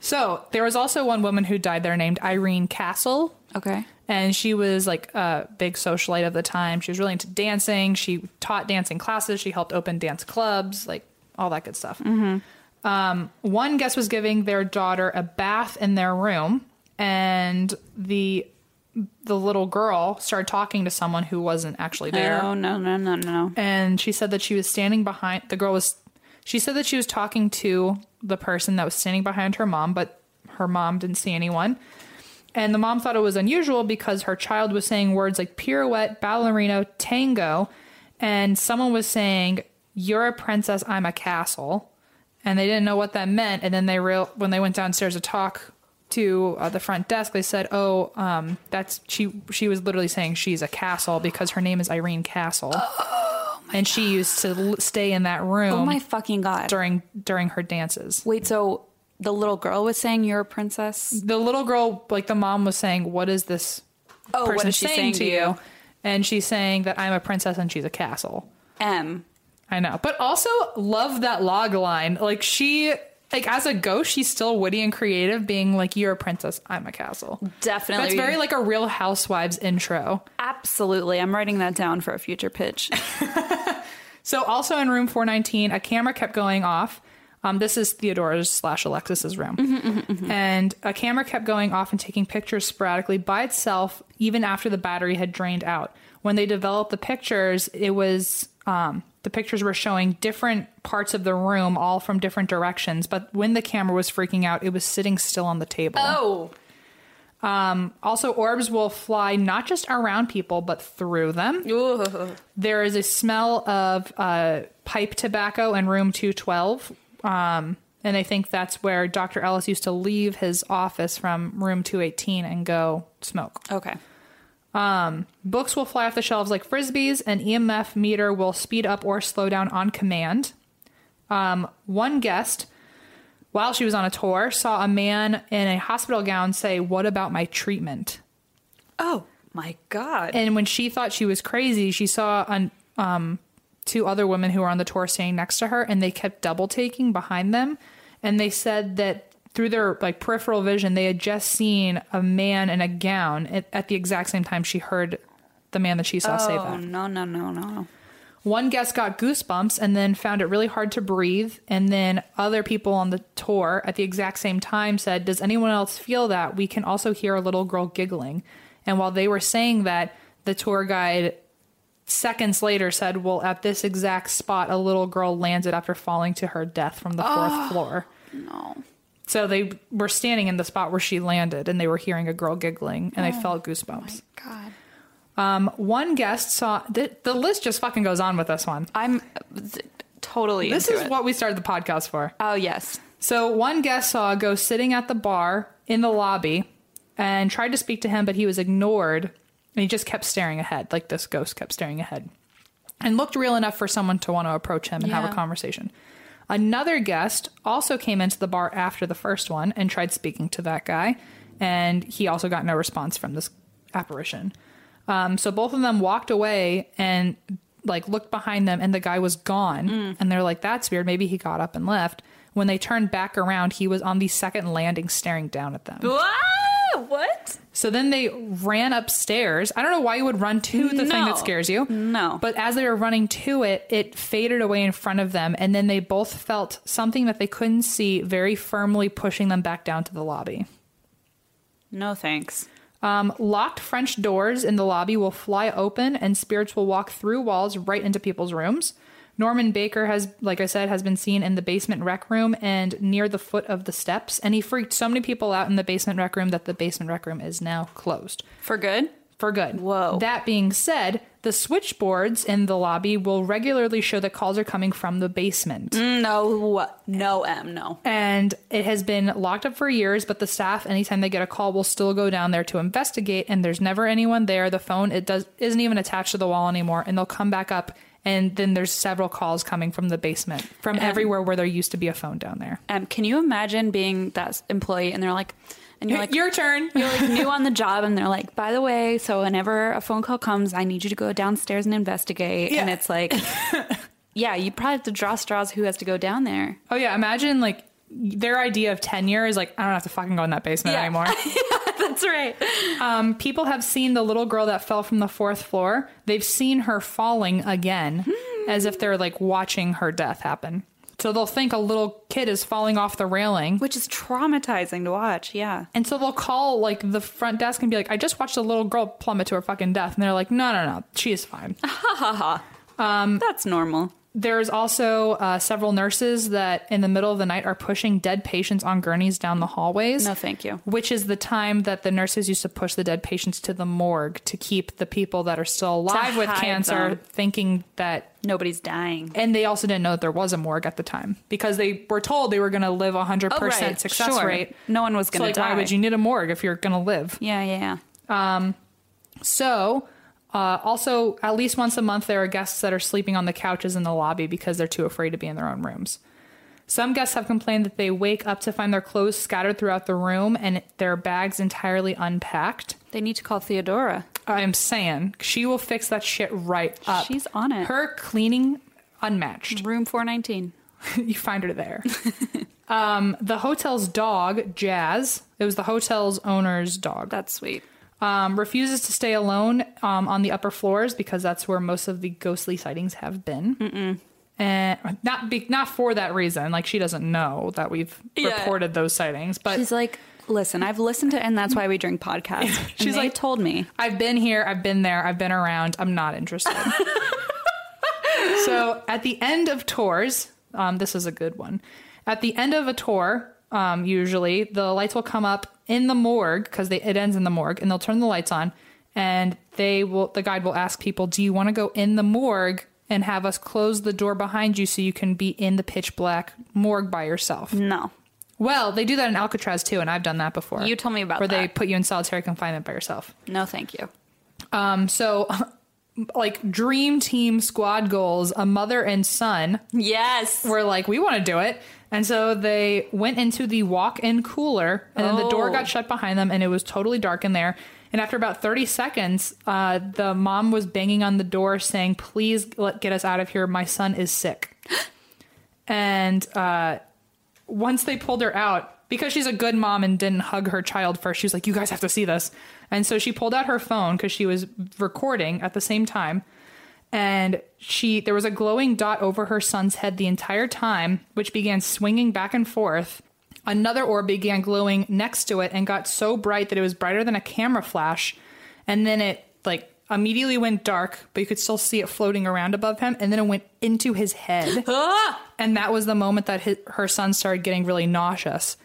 So there was also one woman who died there named Irene Castle, Okay. and she was like a big socialite of the time. She was really into dancing. She taught dancing classes. She helped open dance clubs, like all that good stuff. Um, one guest was giving their daughter a bath in their room, and the the little girl started talking to someone who wasn't actually there. Oh. No, no, no, no, no. and she said that she was standing behind the girl was she said that she was talking to the person that was standing behind her mom but her mom didn't see anyone and the mom thought it was unusual because her child was saying words like pirouette ballerino tango and someone was saying you're a princess i'm a castle and they didn't know what that meant and then they real when they went downstairs to talk to uh, the front desk they said oh um, that's she she was literally saying she's a castle because her name is irene castle and she used to l- stay in that room Oh my fucking god. during during her dances. Wait, so the little girl was saying you're a princess? The little girl, like the mom, was saying, "What is this Oh, what person is she saying, saying to to you? you? And she's saying that I'm a princess and she's a castle. M. I know, but also love that log line. Like she, like as a ghost, she's still witty and creative, being like, "You're a princess, I'm a castle." Definitely. That's very like a Real Housewives intro. Absolutely. I'm writing that down for a future pitch. So also in room 419, a camera kept going off. Um, this is Theodora's slash Alexis's room. And a camera kept going off and taking pictures sporadically by itself, even after the battery had drained out. When they developed the pictures, it was um, the pictures were showing different parts of the room, all from different directions. But when the camera was freaking out, it was sitting still on the table. Oh, Also, orbs will fly not just around people, but through them. There is a smell of uh, pipe tobacco in room 212. Um, and I think that's where Dr. Ellis used to leave his office from room 218 and go smoke. okay. Books will fly off the shelves like frisbees. An EMF meter will speed up or slow down on command. Um, one guest, while she was on a tour, saw a man in a hospital gown say, What about my treatment? Oh my god. And when she thought she was crazy, she saw an, um, two other women who were on the tour standing next to her, and they kept double taking behind them. And they said that through their like peripheral vision, they had just seen a man in a gown at, at the exact same time she heard the man that she saw say oh that. no no no no. One guest got goosebumps and then found it really hard to breathe. And then other people on the tour at the exact same time said, Does anyone else feel that? We can also hear a little girl giggling. And while they were saying that, the tour guide seconds later said, Well, at this exact spot, a little girl landed after falling to her death from the fourth floor. No. So they were standing in the spot where she landed and they were hearing a girl giggling and they felt goosebumps. God. Um, one guest saw, th- the list just fucking goes on with this one. I'm th- totally This into is it. what we started the podcast for. Oh yes. So one guest saw a ghost sitting at the bar in the lobby and tried to speak to him, but he was ignored and he just kept staring ahead, like this ghost kept staring ahead. And looked real enough for someone to want to approach him and have Yeah. a conversation. Another guest also came into the bar after the first one and tried speaking to that guy, and he also got no response from this apparition. Um, so both of them walked away and like looked behind them, and the guy was gone. And they're like, "That's weird. Maybe he got up and left." When they turned back around, he was on the second landing, staring down at them. Whoa, what? So then they ran upstairs. I don't know why you would run to the thing No. that scares you. No. But as they were running to it, it faded away in front of them. And then they both felt something that they couldn't see very firmly pushing them back down to the lobby. No thanks. Um, locked French doors in the lobby will fly open, and spirits will walk through walls right into people's rooms. Norman Baker has, like I said, has been seen in the basement rec room and near the foot of the steps, and he freaked so many people out in the basement rec room that the basement rec room is now closed For good? for good. Whoa. That being said, the switchboards in the lobby will regularly show that calls are coming from the basement. No. No M, no. And it has been locked up for years, but the staff, anytime they get a call, will still go down there to investigate. And there's never anyone there. The phone it does isn't even attached to the wall anymore. And they'll come back up, and then there's several calls coming from the basement, from everywhere where there used to be a phone down there. Um, can you imagine being that employee and they're like, and you're like, Your turn. you're like new on the job, and they're like, by the way, so whenever a phone call comes, I need you to go downstairs and investigate. And Yeah. it's like, yeah, you probably have to draw straws who has to go down there. Oh yeah, imagine like their idea of tenure is like I don't have to fucking go in that basement Yeah. anymore. That's right. people have seen the little girl that fell from the fourth floor. They've seen her falling again, as if they're like watching her death happen. So they'll think a little kid is falling off the railing. Which is traumatizing to watch. Yeah. And so they'll call like the front desk and be like, I just watched a little girl plummet to her fucking death. And they're like, no, no, no, she is fine. That's normal. There's also uh, several nurses that in the middle of the night are pushing dead patients on gurneys down the hallways. No, thank you. Which is the time that the nurses used to push the dead patients to the morgue to keep the people that are still alive with hide cancer them. thinking that. Nobody's dying. And they also didn't know that there was a morgue at the time because they were told they were going to live 100% Oh, right. success Sure. rate. No one was So, gonna like, die. Why would you need a morgue if you're going to live? Yeah, yeah, yeah. So, uh, also, at least once a month, there are guests that are sleeping on the couches in the lobby because they're too afraid to be in their own rooms. Some guests have complained that they wake up to find their clothes scattered throughout the room and their bags entirely unpacked. They need to call Theodora. I'm saying she will fix that shit right up. She's on it. Her cleaning unmatched. Room 419. you find her there. um, the hotel's dog, Jazz, it was the hotel's owner's dog That's sweet. um, refuses to stay alone um, on the upper floors because that's where most of the ghostly sightings have been. And not be, not for that reason. Like she doesn't know that we've Yeah. reported those sightings, but She's like, listen, I've listened to, and that's why we drink podcasts. She's She's like- like, told me. I've been here, I've been there, I've been around, I'm not interested. so at the end of tours, um, this is a good one. At the end of a tour, um, usually the lights will come up in the morgue because it ends in the morgue, and they'll turn the lights on, and they will. The guide will ask people, "Do you want to go in the morgue and have us close the door behind you so you can be in the pitch black morgue by yourself?" No. Well, they do that in Alcatraz too, and I've done that before. You told me about where they that. put you in solitary confinement by yourself. No, thank you. Um, so like dream team squad goals, a mother and son Yes. were like, we want to do it. And so they went into the walk in cooler and then the door Oh. got shut behind them and it was totally dark in there. And after about 30 seconds, uh, the mom was banging on the door saying, please let, get us out of here. My son is sick. and uh, once they pulled her out, because she's a good mom and didn't hug her child first, she was like, You guys have to see this. And so she pulled out her phone because she was recording at the same time. And she there was a glowing dot over her son's head the entire time, which began swinging back and forth. Another orb began glowing next to it and got so bright that it was brighter than a camera flash. And then it like immediately went dark, but you could still see it floating around above him. And then it went into his head. and that was the moment that his, her son started getting really nauseous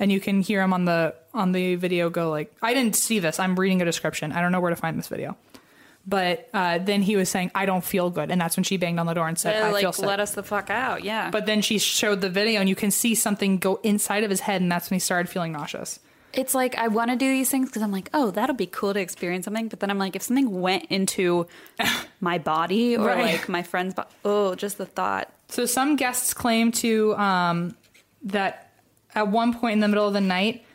and you can hear him on the on the video go like i didn't see this i'm reading a description i don't know where to find this video but uh, then he was saying i don't feel good and that's when she banged on the door and said i feel sick us the fuck out. Yeah. But but then she showed the video and you can see something go inside of his head and that's when he started feeling nauseous it's like, I want to do these things because I'm like, oh, that'll be cool to experience something. But then I'm like, if something went into my body or Right. like my friend's body, oh, just the thought. So some guests claim to um, that at one point in the middle of the night,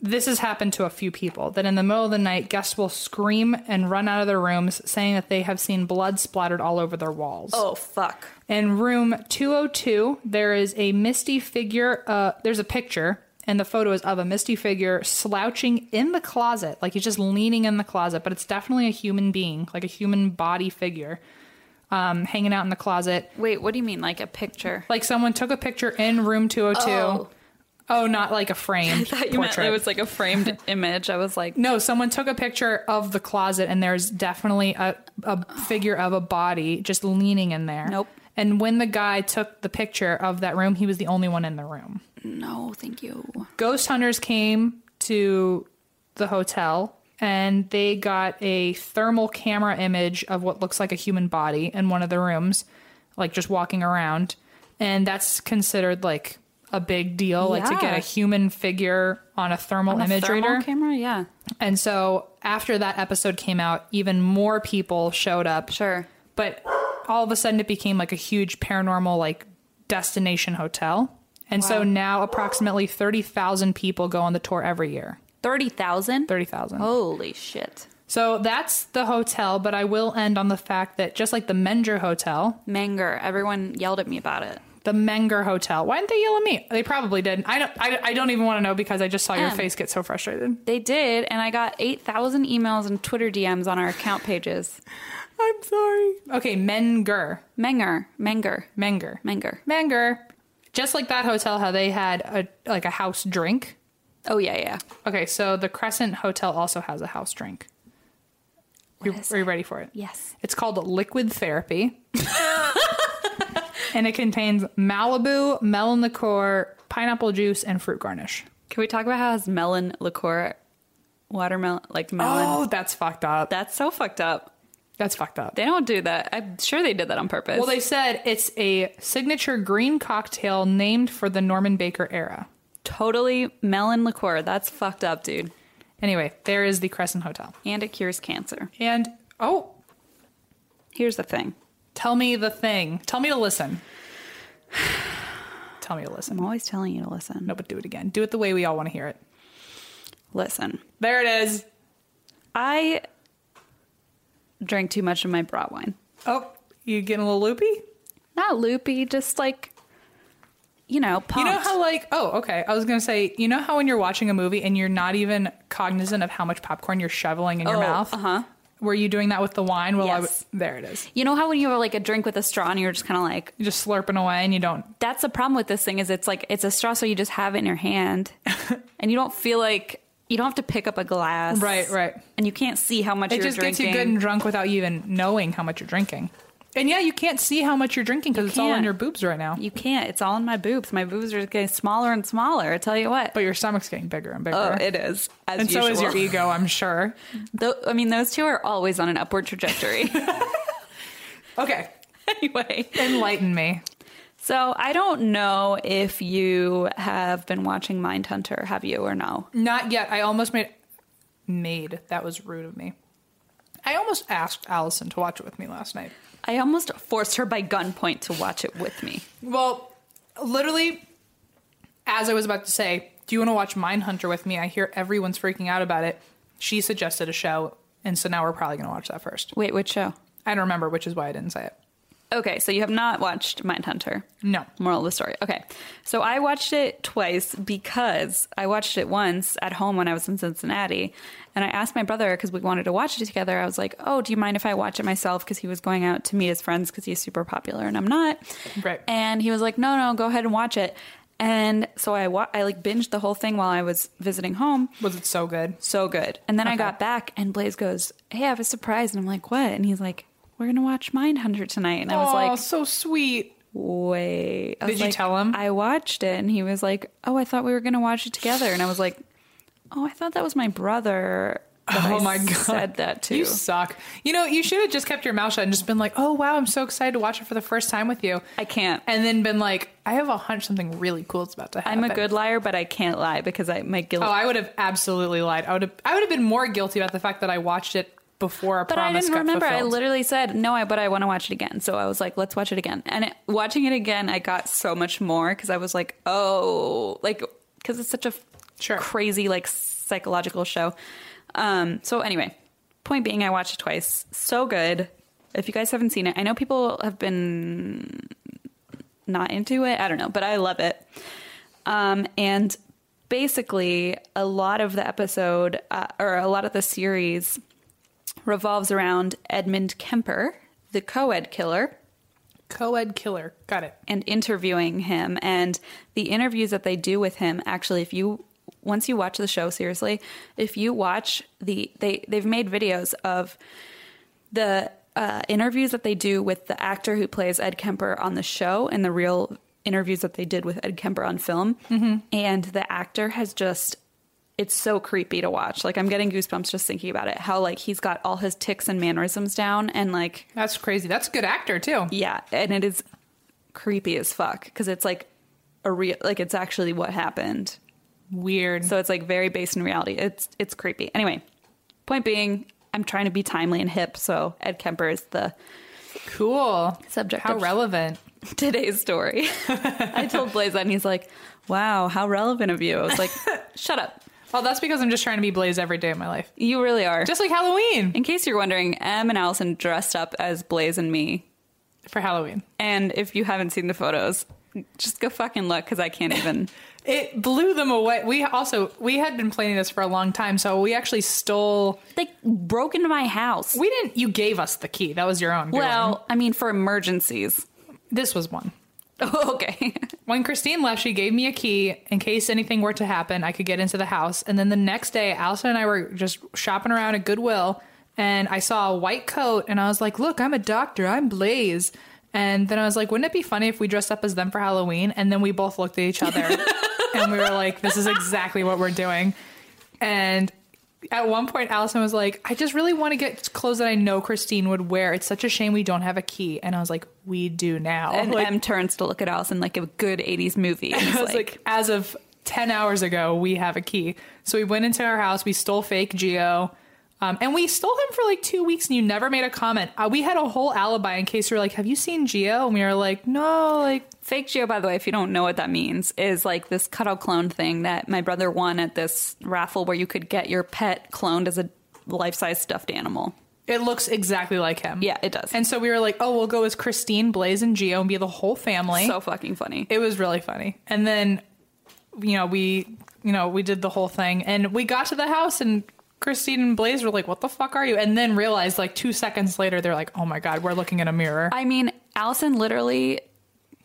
this has happened to a few people. That in the middle of the night, guests will scream and run out of their rooms, saying that they have seen blood splattered all over their walls. Oh, fuck. In room 202, there is a misty figure. Uh, there's a picture, and the photo is of a misty figure slouching in the closet. Like he's just leaning in the closet, but it's definitely a human being, like a human body figure, um, hanging out in the closet Wait, what do you mean? Like a picture? like someone took a picture in room 202 oh, Oh. not like a framed Like, you meant portrait it was like a framed image. I was like, no someone took a picture of the closet and there's definitely a, a figure of a body just leaning in there Nope. and when the guy took the picture of that room he was the only one in the room no, thank you. ghost hunters came to the hotel and they got a thermal camera image of what looks like a human body in one of the rooms, like just walking around. And that's considered like a big deal, like to get Yeah. a human figure on a thermal On a image thermal reader. camera, yeah. and so after that episode came out, even more people showed up. Sure. But all of a sudden it became like a huge paranormal like destination hotel. And so Wow. now approximately 30,000 people go on the tour every year. 30,000? 30,000. Holy shit. So that's the hotel, but I will end on the fact that just like the Menger Hotel, Manger. Everyone yelled at me about it. the Menger Hotel. Why didn't they yell at me? They probably didn't. I don't I, I don't even want to know because I just saw your Um. face get so frustrated. They did, and I got 8,000 emails and Twitter DMs on our account pages. I'm sorry. Okay, Menger. Menger. Menger. Menger. Menger. Menger. Just like that hotel how they had a like a house drink. Oh, yeah, yeah. Okay, so the Crescent Hotel also has a house drink. You- is are you ready for it? Yes. It's called Liquid Therapy. and it contains Malibu, melon liqueur, pineapple juice, and fruit garnish. Can we talk about how his melon liqueur, watermelon, like melon? Oh, that's fucked up. That's so fucked up. That's fucked up. They don't do that. I'm sure they did that on purpose. Well, they said it's a signature green cocktail named for the Norman Baker era. totally melon liqueur. That's fucked up, dude. Anyway, there is the Crescent Hotel. And it cures cancer. And oh, Here's the thing tell me the thing. Tell me to listen. Tell me to listen. I'm always telling you to listen. No, but do it again. Do it the way we all want to hear it. Listen. There it is. I drank too much of my brat wine. Oh, you getting a little loopy? Not loopy, just like, you know, pumped. You know how like oh okay I was gonna say you know how when you're watching a movie and you're not even cognizant of how much popcorn you're shoveling in your Oh, mouth uh-huh. Were you doing that with the wine? Well, I Yes. was. There it is. You know how when you have like a drink with a straw and you're just kind of like, You're just slurping away, and you don't. that's the problem with this thing is it's like it's a straw, so you just have it in your hand, and you don't feel like you don't have to pick up a glass, Right, right. And you can't see how much It you're just drinking. gets you good and drunk without you even knowing how much you're drinking. And yeah, you can't see how much you're drinking because it's all in can't. your boobs right now. You can't. It's all in my boobs. My boobs are getting smaller and smaller. I tell you what. but your stomach's getting bigger and bigger. oh, it is. As and usual. so is your ego, I'm sure. Tho- I mean, those two are always on an upward trajectory. Okay, anyway, enlighten me. so I don't know if you have been watching Mindhunter, have you or no? Not yet. I almost made made. That was rude of me. I almost asked Allison to watch it with me last night. I almost forced her by gunpoint to watch it with me. Well, literally, as I was about to say, do you want to watch Mindhunter with me? I hear everyone's freaking out about it. She suggested a show, and so now we're probably going to watch that first. Wait, which show? I don't remember, which is why I didn't say it. Okay, so you have not watched Mindhunter. No. Moral of the story. Okay. So I watched it twice because I watched it once at home when I was in Cincinnati. And I asked my brother because we wanted to watch it together. I was like, oh, do you mind if I watch it myself? Because he was going out to meet his friends because he's super popular and I'm not. Right. And he was like, no, no, go ahead and watch it. And so I, wa- I like binged the whole thing while I was visiting home Was it so good? so good. And then I Okay. got back, and Blaze goes, "Hey, I have a surprise," and I'm like, "What?" And he's like, "We're gonna watch Mindhunter tonight." And I was Aw, like, so sweet. "Wait." I Did was you like, tell him? I watched it, and he was like, "Oh, I thought we were gonna watch it together," and I was like, "Oh, I thought that was my brother." that I Oh my god, Said that too. You suck. You know, you should have just kept your mouth shut and just been like, "Oh wow, I'm so excited to watch it for the first time with you." I can't. And then been like, "I have a hunch something really cool is about to happen." I'm a good liar, but I can't lie because I my guilt. Oh, I would have absolutely lied. I would have. I would have been more guilty about the fact that I watched it before a but I promise didn't got remember. I fulfilled. literally said no, I but I want to watch it again. So I was like, let's watch it again. And it, watching it again, I got so much more because I was like, oh, like because it's such a f- Sure. crazy like psychological show. Um. So anyway, point being, I watched it twice. So good. If you guys haven't seen it, I know people have been not into it. I don't know, but I love it. Um, and basically, a lot of the episode uh, or a lot of the series revolves around Edmund Kemper, the co ed killer, co-ed killer. Got it. and interviewing him. And the interviews that they do with him, actually, if you once you watch the show, seriously, if you watch the they they've made videos of the uh, interviews that they do with the actor who plays Ed Kemper on the show and the real interviews that they did with Ed Kemper on film. And the actor has just, it's so creepy to watch. Like, I'm getting goosebumps just thinking about it. How, like, he's got all his ticks and mannerisms down and, like, That's crazy. That's a good actor too. yeah. And it is creepy as fuck because it's like a real, like, it's actually what happened. Weird. So it's like very based in reality. It's it's creepy. Anyway, point being, I'm trying to be timely and hip. So Ed Kemper is the cool. Subject How of- relevant. today's story. I told Blaze that, and he's like, "Wow, how relevant of you." I was like, "Shut up, Well, that's because I'm just trying to be Blaze every day of my life, you really are." Just just like Halloween in case you're wondering, Em and Allison dressed up as Blaze and me, for Halloween. and if you haven't seen the photos, just go fucking look because I can't even. It blew them away. We also we had been planning this for a long time, so we actually stole. they broke into my house. We didn't. You gave us the key. That was your own. doing. well, I mean, for emergencies. this was one. Oh, okay. When Christine left, she gave me a key in case anything were to happen. I could get into the house. And then the next day, Allison and I were just shopping around at Goodwill, and I saw a white coat, and I was like, "Look, I'm a doctor. I'm Blaze." And then I was like, "Wouldn't it be funny if we dressed up as them for Halloween?" And then we both looked at each other, and we were like, "This is exactly what we're doing." And at one point, Allison was like, I just really want to get clothes that I know Christine would wear. It's such a shame we don't have a key. And I was like, we do now. and Like, Em turns to look at Allison like a good '80s movie. And he's I was like, as of 10 hours ago, we have a key. So we went into our house, we stole fake Geo, um, and we stole him for like two weeks, and you never made a comment. Uh, we had a whole alibi in case you were like, Have you seen Geo? And we were like, No, like, Fake Geo, by the way, if you don't know what that means, is like this cuddle clone thing that my brother won at this raffle where you could get your pet cloned as a life size stuffed animal. it looks exactly like him. Yeah, it does. And so we were like, Oh, we'll go as Christine, Blaze, and Geo and be the whole family. so fucking funny. it was really funny. And then, you know, we, you know, we did the whole thing, and we got to the house, and Christine and Blaze were like, "What the fuck are you?" And then realized like two seconds later, they're like, "Oh my god, we're looking in a mirror." I mean, Allison literally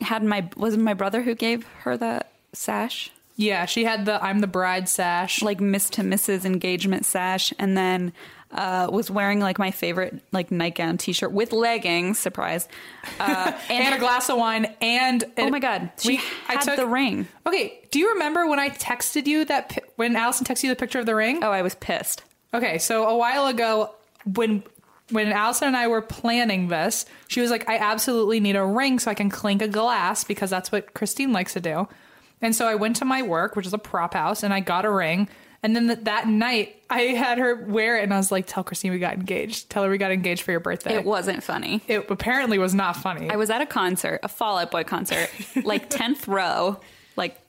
had my was it my brother who gave her the sash, yeah, she had the "I'm the bride" sash. like Miss to Mrs. engagement sash, and then uh, was wearing like my favorite like nightgown T-shirt with leggings. Surprise! Uh, and a glass of wine and oh my god, she we- had the ring. Okay, do you remember when I texted you that pi- when Allison texted you the picture of the ring? Oh, I was pissed. Okay, so a while ago when when Allison and I were planning this, she was like, I absolutely need a ring so I can clink a glass because that's what Christine likes to do. And so I went to my work, which is a prop house, and I got a ring. And then th- that night, I had her wear it, and I was like, "Tell Christine we got engaged. Tell her we got engaged for your birthday." It wasn't funny. It apparently was not funny. I was at a concert, a Fall Out Boy concert, like tenth row, like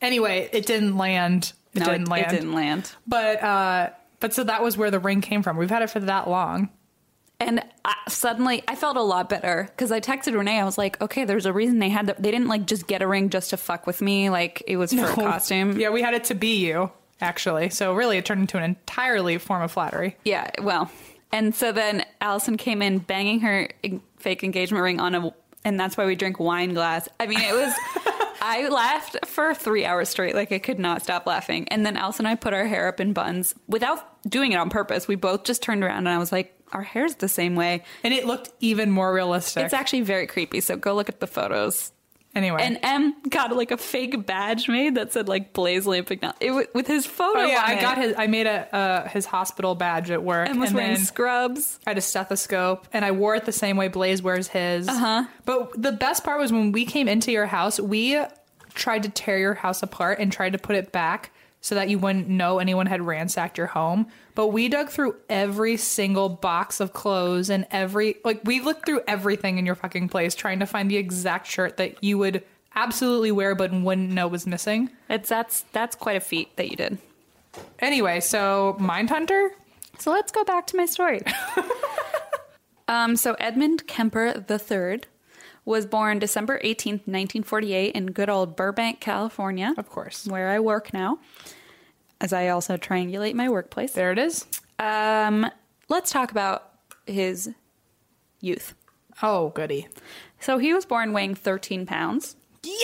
anyway, it didn't land. It no, didn't it, land. it didn't land. But uh but so that was where the ring came from. We've had it for that long. And I, suddenly, I felt a lot better because I texted Renee. I was like, "Okay, there's a reason they had. The, they didn't like just get a ring just to fuck with me. Like it was for a costume. Yeah, we had it to be you, actually. So really it turned into an entirely form of flattery. Yeah, well, and so then Allison came in banging her en- fake engagement ring on a, and that's why we drink wine glass. I mean, it was. I laughed for three hours straight, like I could not stop laughing. And then Allison and I put our hair up in buns without doing it on purpose. We both just turned around, and I was like, "Our hair's the same way." And it looked even more realistic. It's actually very creepy. So go look at the photos. anyway. And M got like a fake badge made that said like Blaze Lampic. It wa- with his photo. oh yeah, on I it. got his I made a uh, his hospital badge at work. M was and wearing then scrubs. I had a stethoscope and I wore it the same way Blaze wears his. Uh-huh. But the best part was when we came into your house, we tried to tear your house apart and tried to put it back so that you wouldn't know anyone had ransacked your home. But we dug through every single box of clothes and every like we looked through everything in your fucking place trying to find the exact shirt that you would absolutely wear but wouldn't know was missing. It's that's that's quite a feat that you did. Anyway, so Mindhunter? So let's go back to my story. um, so Edmund Kemper III was born December 18th, 1948 in good old Burbank, California. Of course. Where I work now, as I also triangulate my workplace. There it is. Um, let's talk about his youth. Oh, goody. So he was born weighing 13 pounds.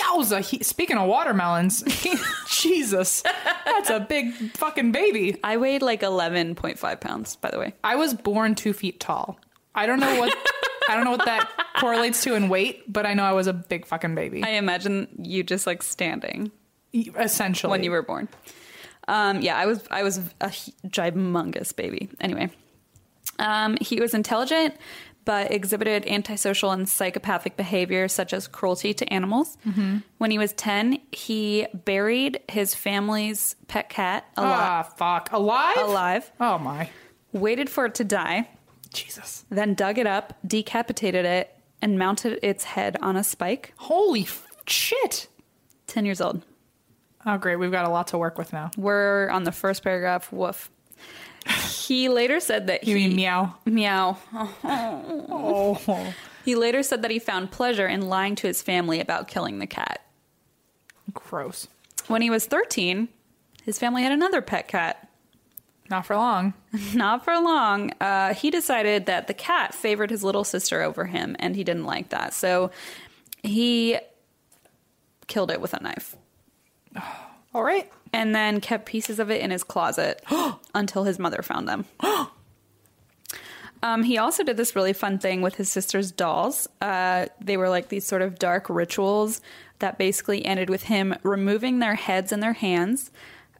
Yowza! He, speaking of watermelons, Jesus, that's a big fucking baby. I weighed like 11.5 pounds, by the way. I was born two feet tall. I don't know what I don't know what that correlates to in weight, but I know I was a big fucking baby. E, I imagine you just like standing essentially, when you were born. Um, yeah, I was I was a hu- gigumongous baby. Anyway, um, he was intelligent, but exhibited antisocial and psychopathic behavior such as cruelty to animals. Mm-hmm. When he was ten, he buried his family's pet cat alive, ah fuck alive, alive, Oh my, waited for it to die, Jesus, then dug it up, decapitated it, and mounted its head on a spike. holy f- shit! Ten years old. Oh great, we've got a lot to work with now. We're on the first paragraph. Woof. He later said that You he mean meow? meow. Oh, He later said that he found pleasure in lying to his family about killing the cat. gross. When he was 13, his family had another pet cat. Not for long. Not for long, uh, he decided that the cat favored his little sister over him, and he didn't like that. So he killed it with a knife All right. and then kept pieces of it in his closet until his mother found them. Um, he also did this really fun thing with his sister's dolls. Uh, they were like these sort of dark rituals that basically ended with him removing their heads and their hands.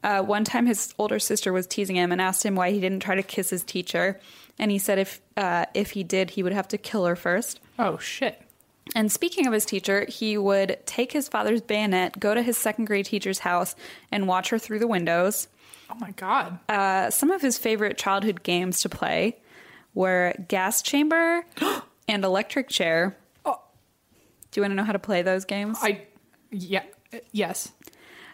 Uh, one time, his older sister was teasing him and asked him why he didn't try to kiss his teacher, and he said if uh, if he did, he would have to kill her first. Oh shit. And speaking of his teacher, he would take his father's bayonet, go to his second grade teacher's house, and watch her through the windows. Oh my god. Uh, some of his favorite childhood games to play were gas chamber and electric chair. Do you want to know how to play those games? I yeah yes.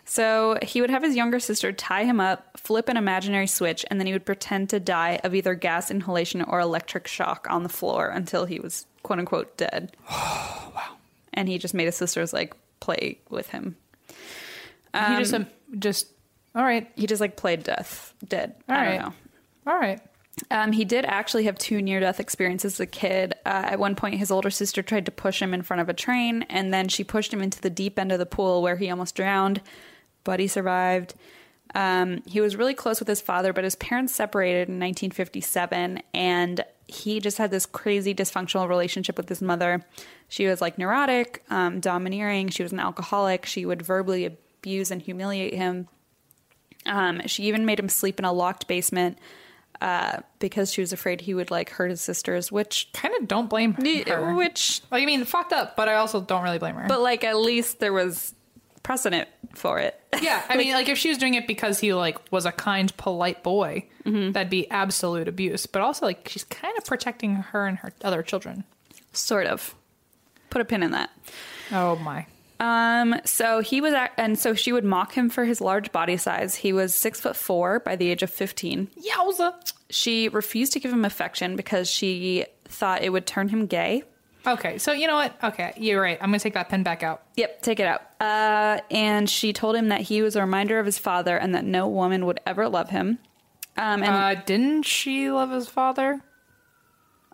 So he would have his younger sister tie him up, flip an imaginary switch, and then he would pretend to die of either gas inhalation or electric shock on the floor until he was quote unquote dead. wow. And he just made his sisters like play with him. he just um, just All right. He just like played death dead. All I right. don't know. All right. Um, he did actually have two near death experiences as a kid. Uh, at one point, his older sister tried to push him in front of a train, and then she pushed him into the deep end of the pool where he almost drowned, but he survived. Um, he was really close with his father, but his parents separated in 1957, and he just had this crazy dysfunctional relationship with his mother. She was like neurotic, um, domineering, she was an alcoholic, she would verbally abuse and humiliate him. Um, she even made him sleep in a locked basement uh, because she was afraid he would like hurt his sisters, which, Kind of don't blame her. which, Like, I mean, fucked up, but I also don't really blame her. but like at least there was precedent for it. yeah, I mean, like if she was doing it because he like was a kind, polite boy, Mm-hmm. that'd be absolute abuse. But also, like she's kind of protecting her and her other children. sort of. Put a pin in that. Oh my. Um, so he was, at, and so she would mock him for his large body size. He was six foot four by the age of 15. Yowza. She refused to give him affection because she thought it would turn him gay. Okay, so you know what? Okay, you're right. I'm gonna take that pin back out. Yep, take it out. Uh, and she told him that he was a reminder of his father and that no woman would ever love him. Um, and Uh, didn't she love his father?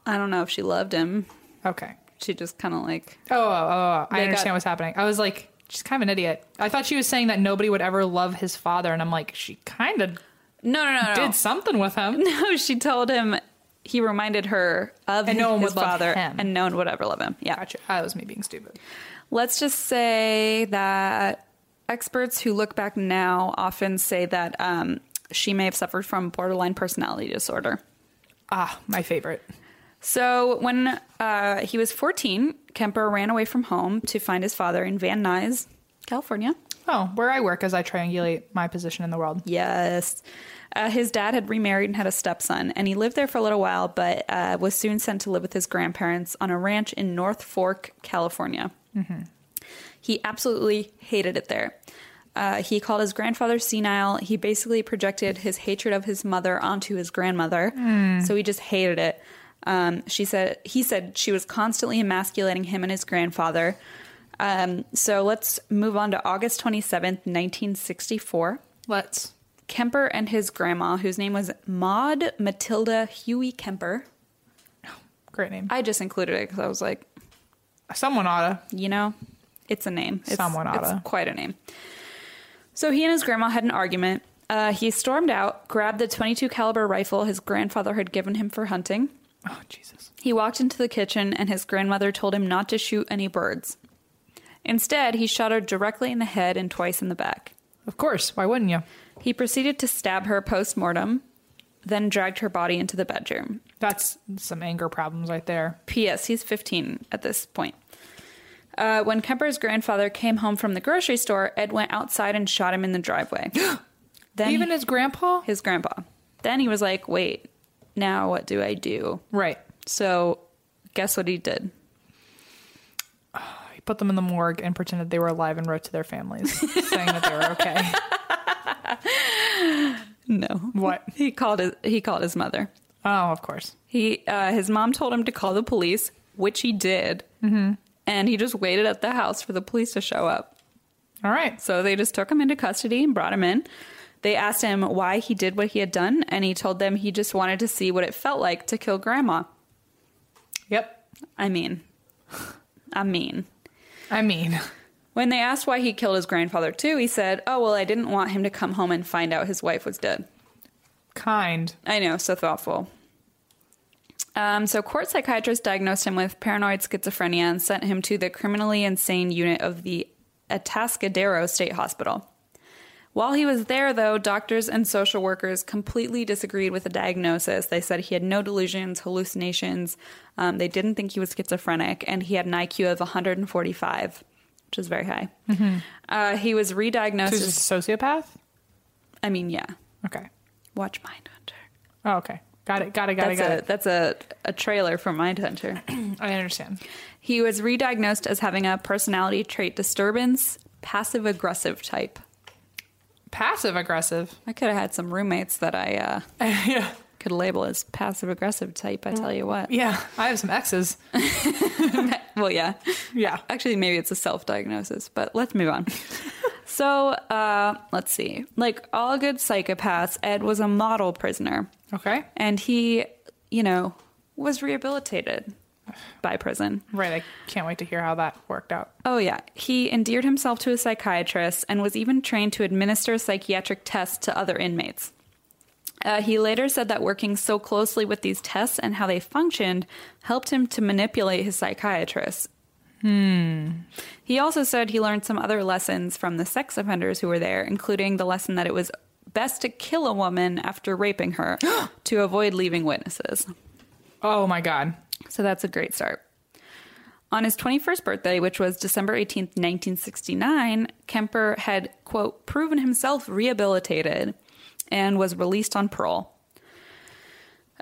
I don't know if she loved him. Okay. She just kind of like Oh, oh, oh, oh, I They understand got- what's happening. I was like, she's kind of an idiot. I thought she was saying that nobody would ever love his father, and I'm like, she kind of no, no, no, did something with him. No, she told him. He reminded her of his, And no one his would love father, him. and no one would ever love him. Yeah. Gotcha. That was me being stupid. Let's just say that experts who look back now often say that um, she may have suffered from borderline personality disorder. Ah, my favorite. So when uh, he was 14, Kemper ran away from home to find his father in Van Nuys, California. Oh, where I work as I triangulate my position in the world. Yes. Uh, his dad had remarried and had a stepson, and he lived there for a little while, but uh, was soon sent to live with his grandparents on a ranch in North Fork, California. He absolutely hated it there. Uh, he called his grandfather senile. He basically projected his hatred of his mother onto his grandmother, so he just hated it. Um, she said he said she was constantly emasculating him and his grandfather. Um, so let's move on to August twenty seventh, nineteen sixty four. Let's. Kemper and his grandma, whose name was Maud Matilda Huey Kemper. Great name. I just included it because I was like, Someone oughta. you know, it's a name. It's, Someone oughta. It's quite a name. So he and his grandma had an argument. Uh, he stormed out, grabbed the 22 caliber rifle his grandfather had given him for hunting. Oh, Jesus. He walked into the kitchen, and his grandmother told him not to shoot any birds. Instead, he shot her directly in the head and twice in the back. Of course. Why wouldn't you? He proceeded to stab her post mortem, then dragged her body into the bedroom. That's some anger problems right there. P.S. He's 15 at this point. Uh, when Kemper's grandfather came home from the grocery store, Ed went outside and shot him in the driveway. then Even he- his grandpa? his grandpa. Then he was like, "Wait, now what do I do?" Right. So, guess what he did? He put them in the morgue and pretended they were alive and wrote to their families saying that they were okay. No. What? He called his he called his mother. Oh, of course. He uh, his mom told him to call the police, which he did. Mm-hmm. And he just waited at the house for the police to show up. All right. So they just took him into custody and brought him in. They asked him why he did what he had done, and he told them he just wanted to see what it felt like to kill grandma. Yep. I mean, I mean. I mean, When they asked why he killed his grandfather too, he said, Oh, well, I didn't want him to come home and find out his wife was dead. kind. I know, so thoughtful. Um, so, court psychiatrist diagnosed him with paranoid schizophrenia and sent him to the criminally insane unit of the Atascadero State Hospital. While he was there, though, doctors and social workers completely disagreed with the diagnosis. They said he had no delusions, hallucinations. Um, they didn't think he was schizophrenic, and he had an IQ of 145, which is very high. Uh, he was re Mm-hmm. So diagnosed. he's just a sociopath? I mean, yeah. Okay. Watch Mindhunter. Oh, okay. Got it. Got it. Got that's it. Got a it. that's a, a trailer for Mindhunter. I understand. he was re-diagnosed as having a personality trait disturbance, passive aggressive type. Passive aggressive. I could have had some roommates that I uh, yeah. could label as passive aggressive type. I tell you what. Yeah. I have some exes. Well, yeah. Yeah. Actually, maybe it's a self-diagnosis, but let's move on. So uh, let's see. Like all good psychopaths, Ed was a model prisoner. Okay. And he, you know, was rehabilitated by prison. Right. I can't wait to hear how that worked out. Oh, yeah. He endeared himself to a psychiatrist and was even trained to administer psychiatric tests to other inmates. Uh, he later said that working so closely with these tests and how they functioned helped him to manipulate his psychiatrist. Hmm. He also said he learned some other lessons from the sex offenders who were there, including the lesson that it was best to kill a woman after raping her to avoid leaving witnesses. Oh my god. So that's a great start. On his 21st birthday, which was December 18th, 1969, Kemper had, quote, proven himself rehabilitated and was released on parole.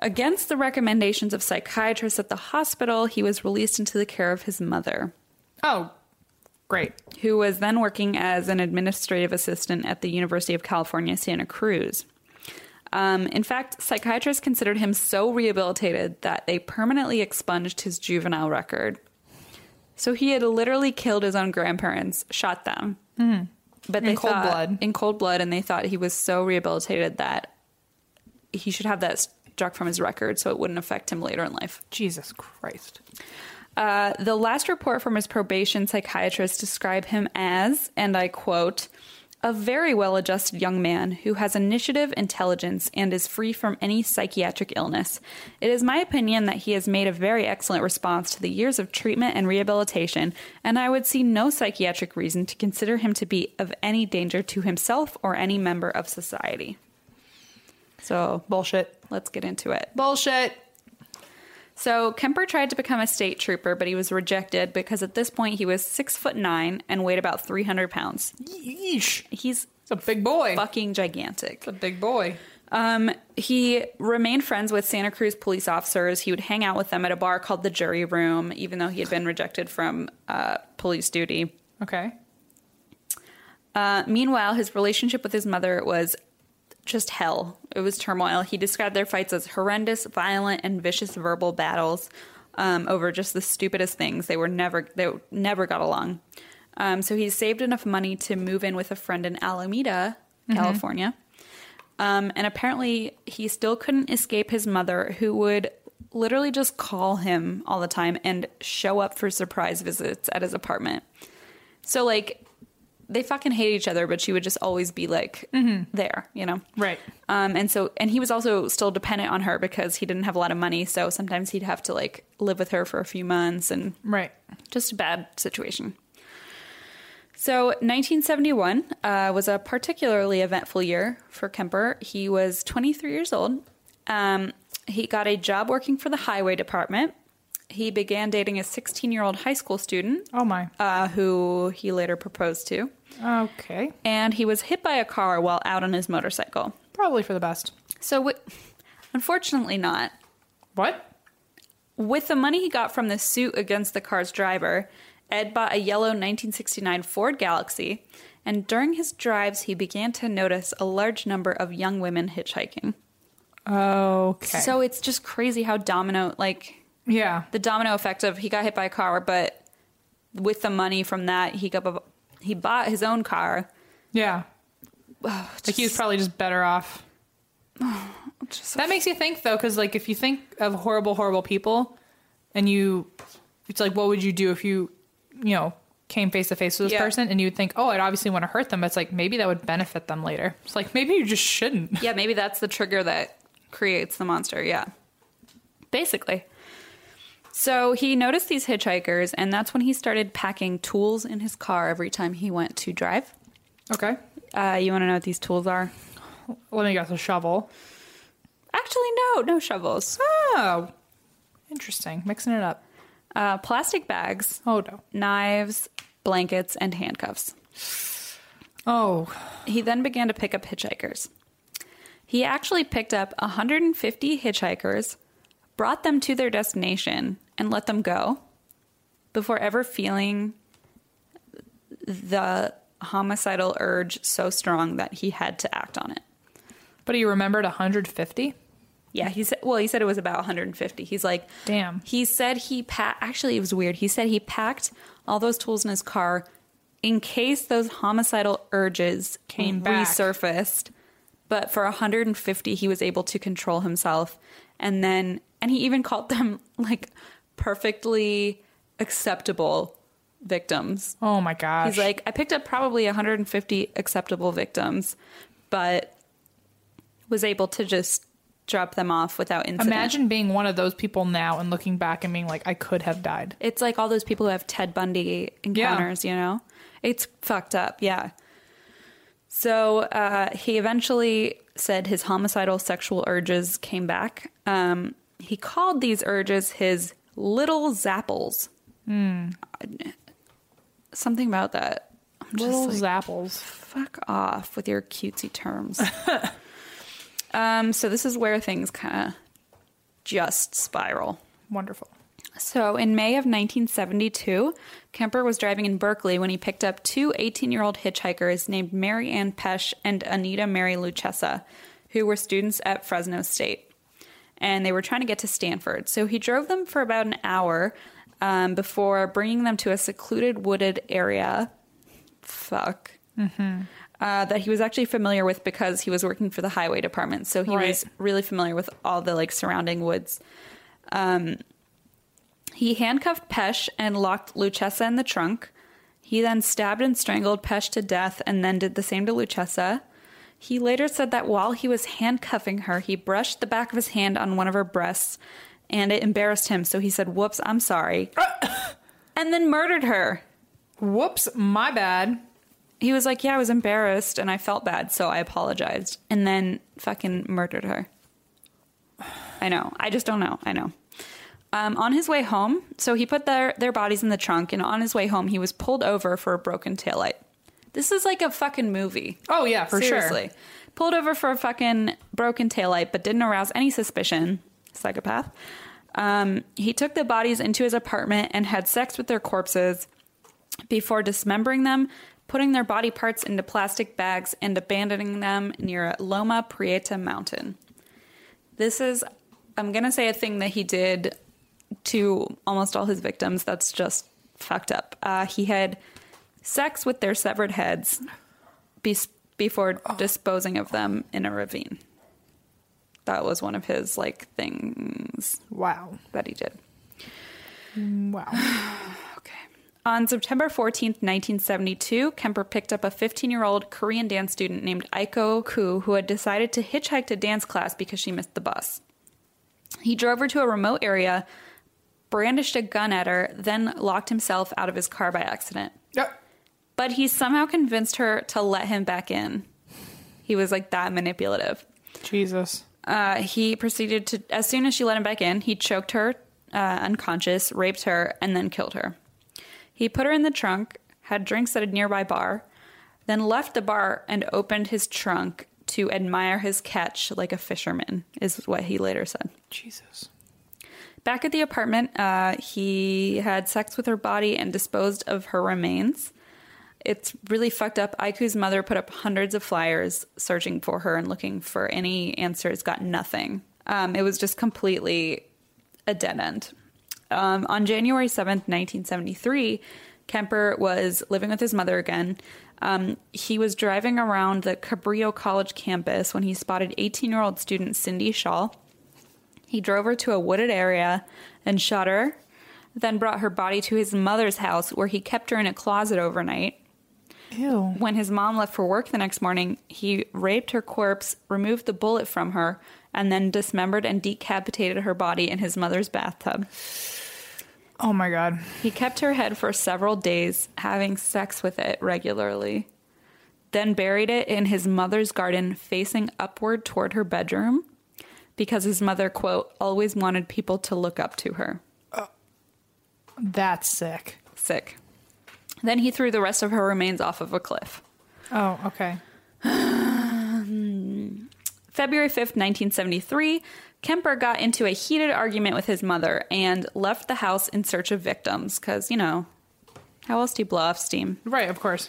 Against the recommendations of psychiatrists at the hospital, he was released into the care of his mother, Oh, great. who was then working as an administrative assistant at the University of California, Santa Cruz. Um, in fact, psychiatrists considered him so rehabilitated that they permanently expunged his juvenile record. So he had literally killed his own grandparents, shot them, but they Mm-hmm. cold thought- blood. in cold blood, and they thought he was so rehabilitated that he should have that struck from his record, so it wouldn't affect him later in life. Jesus Christ. Uh, the last report from his probation psychiatrist described him as, and I quote, a very well adjusted young man who has initiative, intelligence, and is free from any psychiatric illness. It is my opinion that he has made a very excellent response to the years of treatment and rehabilitation, and I would see no psychiatric reason to consider him to be of any danger to himself or any member of society. So, Bullshit. let's get into it. Bullshit. So Kemper tried to become a state trooper, but he was rejected because at this point he was six foot nine and weighed about three hundred pounds. Yeesh. He's It's a big boy. fucking gigantic. It's a big boy. Um, he remained friends with Santa Cruz police officers. He would hang out with them at a bar called the Jury Room, even though he had been rejected from uh, police duty. Okay. Uh, meanwhile, his relationship with his mother was just hell. It was turmoil. He described their fights as horrendous, violent, and vicious verbal battles um, over just the stupidest things. They were never they never got along. Um, so he saved enough money to move in with a friend in Alameda, California. Um, and apparently, he still couldn't escape his mother, who would literally just call him all the time and show up for surprise visits at his apartment. So, like, they fucking hate each other, but she would just always be like there, you know? Right. Um, and so, and he was also still dependent on her because he didn't have a lot of money. So sometimes he'd have to like live with her for a few months and Right. just a bad situation. So, 1971 uh, was a particularly eventful year for Kemper. He was 23 years old. Um, he got a job working for the highway department. He began dating a 16 year old high school student Oh my. uh, who he later proposed to. Okay. And he was hit by a car while out on his motorcycle. Probably for the best. So, wi- unfortunately, not. What? With the money he got from the suit against the car's driver, Ed bought a yellow 1969 Ford Galaxy, and during his drives, he began to notice a large number of young women hitchhiking. Okay. So it's just crazy how domino, like yeah. the domino effect of he got hit by a car, but with the money from that, he got he bought his own car. Yeah. like he was probably just better off. Just That makes you think though, because like if you think of horrible, horrible people, and you, it's like what would you do if you, you know, came face to face with this Yeah. person, and you would think, oh, I'd obviously want to hurt them, but it's like maybe that would benefit them later. It's like maybe you just shouldn't. Yeah, maybe that's the trigger that creates the monster. Yeah. Basically. So he noticed these hitchhikers, and that's when he started packing tools in his car every time he went to drive. Okay. Uh, you want to know what these tools are? Let me guess, a shovel. Actually, no, no shovels. Oh, interesting. Mixing it up. Uh, plastic bags, Oh no. knives, blankets, and handcuffs. Oh, He then began to pick up hitchhikers. He actually picked up 150 hitchhikers, brought them to their destination, and let them go before ever feeling the homicidal urge so strong that he had to act on it. but he remembered 150. Yeah, he said. Well, he said it was about 150. He's like, Damn. He said he packed. Actually, it was weird. He said he packed all those tools in his car, in case those homicidal urges mm, Came back. resurfaced. But for 150, he was able to control himself, and then and he even called them like perfectly acceptable victims. Oh my gosh. He's like, I picked up probably 150 acceptable victims, but was able to just drop them off without incident. Imagine being one of those people now and looking back and being like, I could have died. It's like all those people who have Ted Bundy encounters, you know? It's fucked up, yeah. So uh, he eventually said his homicidal sexual urges came back. Um, he called these urges his little zapples. Hmm. Something about that. I'm just Little like, zapples. fuck off with your cutesy terms. um, so this is where things kind of just spiral. Wonderful. So, in May of 1972, Kemper was driving in Berkeley when he picked up two 18 year old hitchhikers named Mary Ann Pesh and Anita Mary Lucchesa, who were students at Fresno State. And they were trying to get to Stanford. So, he drove them for about an hour um, before bringing them to a secluded wooded area. Fuck. Uh, that he was actually familiar with because he was working for the highway department. So, he Right. was really familiar with all the like surrounding woods. He handcuffed Pesh and locked Lucchesa in the trunk. He then stabbed and strangled Pesh to death and then did the same to Lucchesa. He later said that while he was handcuffing her, he brushed the back of his hand on one of her breasts and it embarrassed him, so he said, Whoops, I'm sorry. and then murdered her. Whoops, my bad. He was like, Yeah, I was embarrassed and I felt bad, so I apologized. And then fucking murdered her. I know. I just don't know. I know. Um, on his way home, so he put their, their bodies in the trunk, and on his way home, he was pulled over for a broken taillight. This is like a fucking movie. Oh, yeah, for sure. Seriously. Pulled over for a fucking broken taillight, but didn't arouse any suspicion. Psychopath. Um, he took the bodies into his apartment and had sex with their corpses before dismembering them, putting their body parts into plastic bags, and abandoning them near Loma Prieta Mountain. This is, I'm going to say, a thing that he did to almost all his victims. That's just fucked up. Uh, he had sex with their severed heads be- before disposing of them in a ravine. That was one of his like things Wow. that he did. Wow. Okay. On September 14th, 1972, Kemper picked up a 15 year old Korean dance student named Aiko Ku who had decided to hitchhike to dance class because she missed the bus. He drove her to a remote area, brandished a gun at her, then locked himself out of his car by accident. Yep. But he somehow convinced her to let him back in. He was like that manipulative. Jesus. Uh, he proceeded to, as soon as she let him back in, he choked her uh, unconscious, raped her, and then killed her. He put her in the trunk, had drinks at a nearby bar, then left the bar and opened his trunk to admire his catch like a fisherman, is what he later said. Jesus. Back at the apartment, uh, he had sex with her body and disposed of her remains. It's really fucked up. Aiku's mother put up hundreds of flyers searching for her and looking for any answers, got nothing. Um, it was just completely a dead end. Um, on January 7th, 1973, Kemper was living with his mother again. Um, he was driving around the Cabrillo College campus when he spotted 18 year old student Cindy Shaw. He drove her to a wooded area and shot her, then brought her body to his mother's house where he kept her in a closet overnight. Ew. When his mom left for work the next morning, he raped her corpse, removed the bullet from her, and then dismembered and decapitated her body in his mother's bathtub. Oh my god. He kept her head for several days, having sex with it regularly, then buried it in his mother's garden, facing upward toward her bedroom, because his mother, quote, always wanted people to look up to her. That's sick. Sick. Then he threw the rest of her remains off of a cliff. Oh, okay. February 5th, 1973, Kemper got into a heated argument with his mother and left the house in search of victims because, you know, how else do you blow off steam? Right, of course.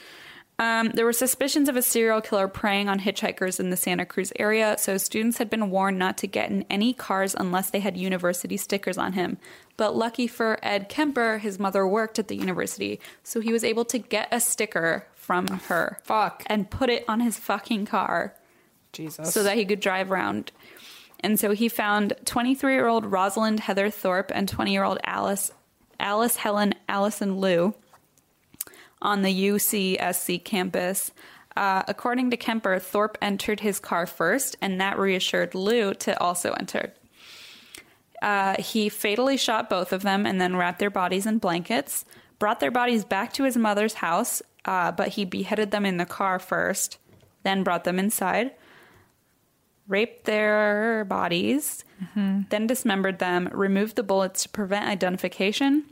Um, there were suspicions of a serial killer preying on hitchhikers in the Santa Cruz area, so students had been warned not to get in any cars unless they had university stickers on him. But lucky for Ed Kemper, his mother worked at the university, so he was able to get a sticker from her. fuck. And put it on his fucking car Jesus. so that he could drive around. And so he found 23 year old Rosalind Heather Thorpe and 20 year old Alice, Alice Helen Allison Liu on the UCSC campus. Uh, according to Kemper, Thorpe entered his car first, and that reassured Liu to also enter. Uh, he fatally shot both of them and then wrapped their bodies in blankets, brought their bodies back to his mother's house, uh, but he beheaded them in the car first, then brought them inside raped their bodies, then dismembered them, removed the bullets to prevent identification,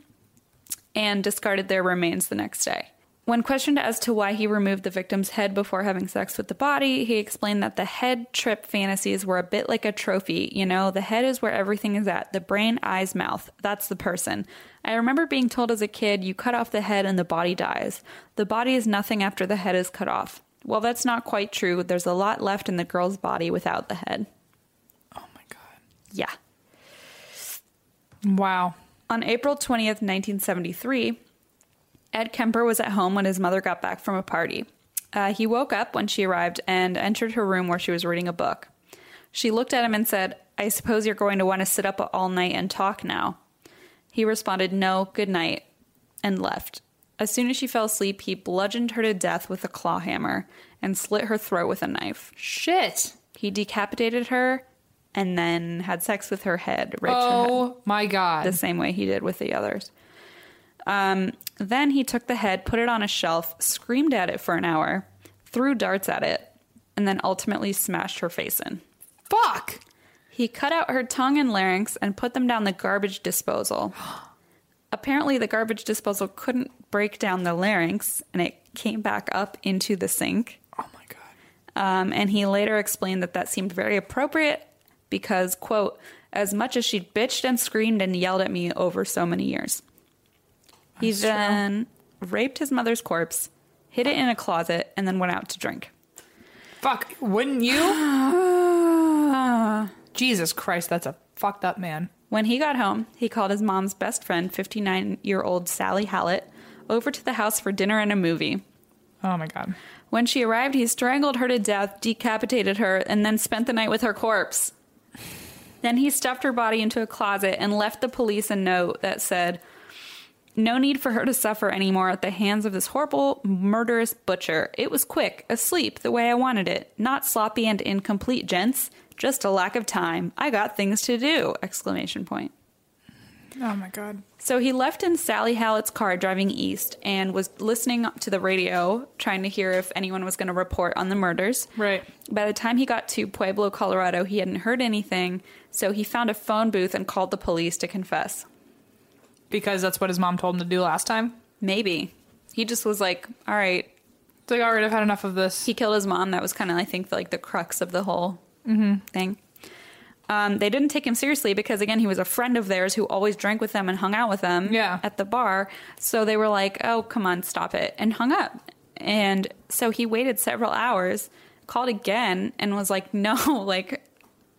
and discarded their remains the next day. When questioned as to why he removed the victim's head before having sex with the body, he explained that the head trip fantasies were a bit like a trophy. You know, the head is where everything is at the brain, eyes, mouth. That's the person. I remember being told as a kid, you cut off the head and the body dies. The body is nothing after the head is cut off. Well, that's not quite true. There's a lot left in the girl's body without the head. oh my god. Yeah. Wow. On April 20th, 1973, Ed Kemper was at home when his mother got back from a party. Uh, he woke up when she arrived and entered her room where she was reading a book. She looked at him and said, I suppose you're going to want to sit up all night and talk now. He responded, No, good night, and left. As soon as she fell asleep, he bludgeoned her to death with a claw hammer and slit her throat with a knife. Shit. He decapitated her and then had sex with her head, raped her head Oh my god. the same way he did with the others. Um, then he took the head, put it on a shelf, screamed at it for an hour, threw darts at it, and then ultimately smashed her face in. Fuck. He cut out her tongue and larynx and put them down the garbage disposal. Apparently, the garbage disposal couldn't break down the larynx and it came back up into the sink. Oh my god. Um, and he later explained that that seemed very appropriate because, quote, as much as she'd bitched and screamed and yelled at me over so many years. He then raped his mother's corpse, hid it in a closet, and then went out to drink. Fuck. Wouldn't you? Jesus Christ, that's a fucked up man. When he got home, he called his mom's best friend, 59 year old Sally Hallett, over to the house for dinner and a movie. Oh my god. When she arrived, he strangled her to death, decapitated her, and then spent the night with her corpse. Then he stuffed her body into a closet and left the police a note that said, No need for her to suffer anymore at the hands of this horrible, murderous butcher. It was quick, asleep, the way I wanted it. Not sloppy and incomplete, gents. Just a lack of time. I got things to do! Exclamation point. Oh my god. So he left in Sally Hallett's car driving east and was listening to the radio, trying to hear if anyone was going to report on the murders. Right. By the time he got to Pueblo, Colorado, he hadn't heard anything, so he found a phone booth and called the police to confess. Because that's what his mom told him to do last time. Maybe. He just was like, all right. It's like, all right, I've had enough of this. He killed his mom. That was kind of, I think, like the crux of the whole thing. Um, they didn't take him seriously because, again, he was a friend of theirs who always drank with them and hung out with them Yeah. at the bar. So they were like, oh, come on, stop it, and hung up. And so he waited several hours, called again, and was like, no, like,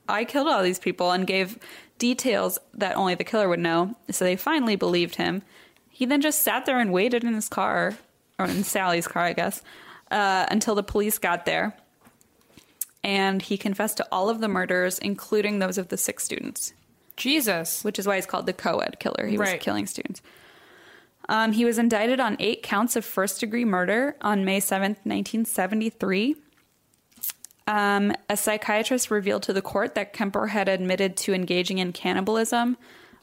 I killed all these people and gave details that only the killer would know. So they finally believed him. He then just sat there and waited in his car, or in Sally's car, I guess, uh, until the police got there and he confessed to all of the murders, including those of the six students, Jesus. which is why he's called the co ed killer. He was Right. killing students. Um, he was indicted on eight counts of first degree murder on May 7th, 1973. Um, a psychiatrist revealed to the court that Kemper had admitted to engaging in cannibalism,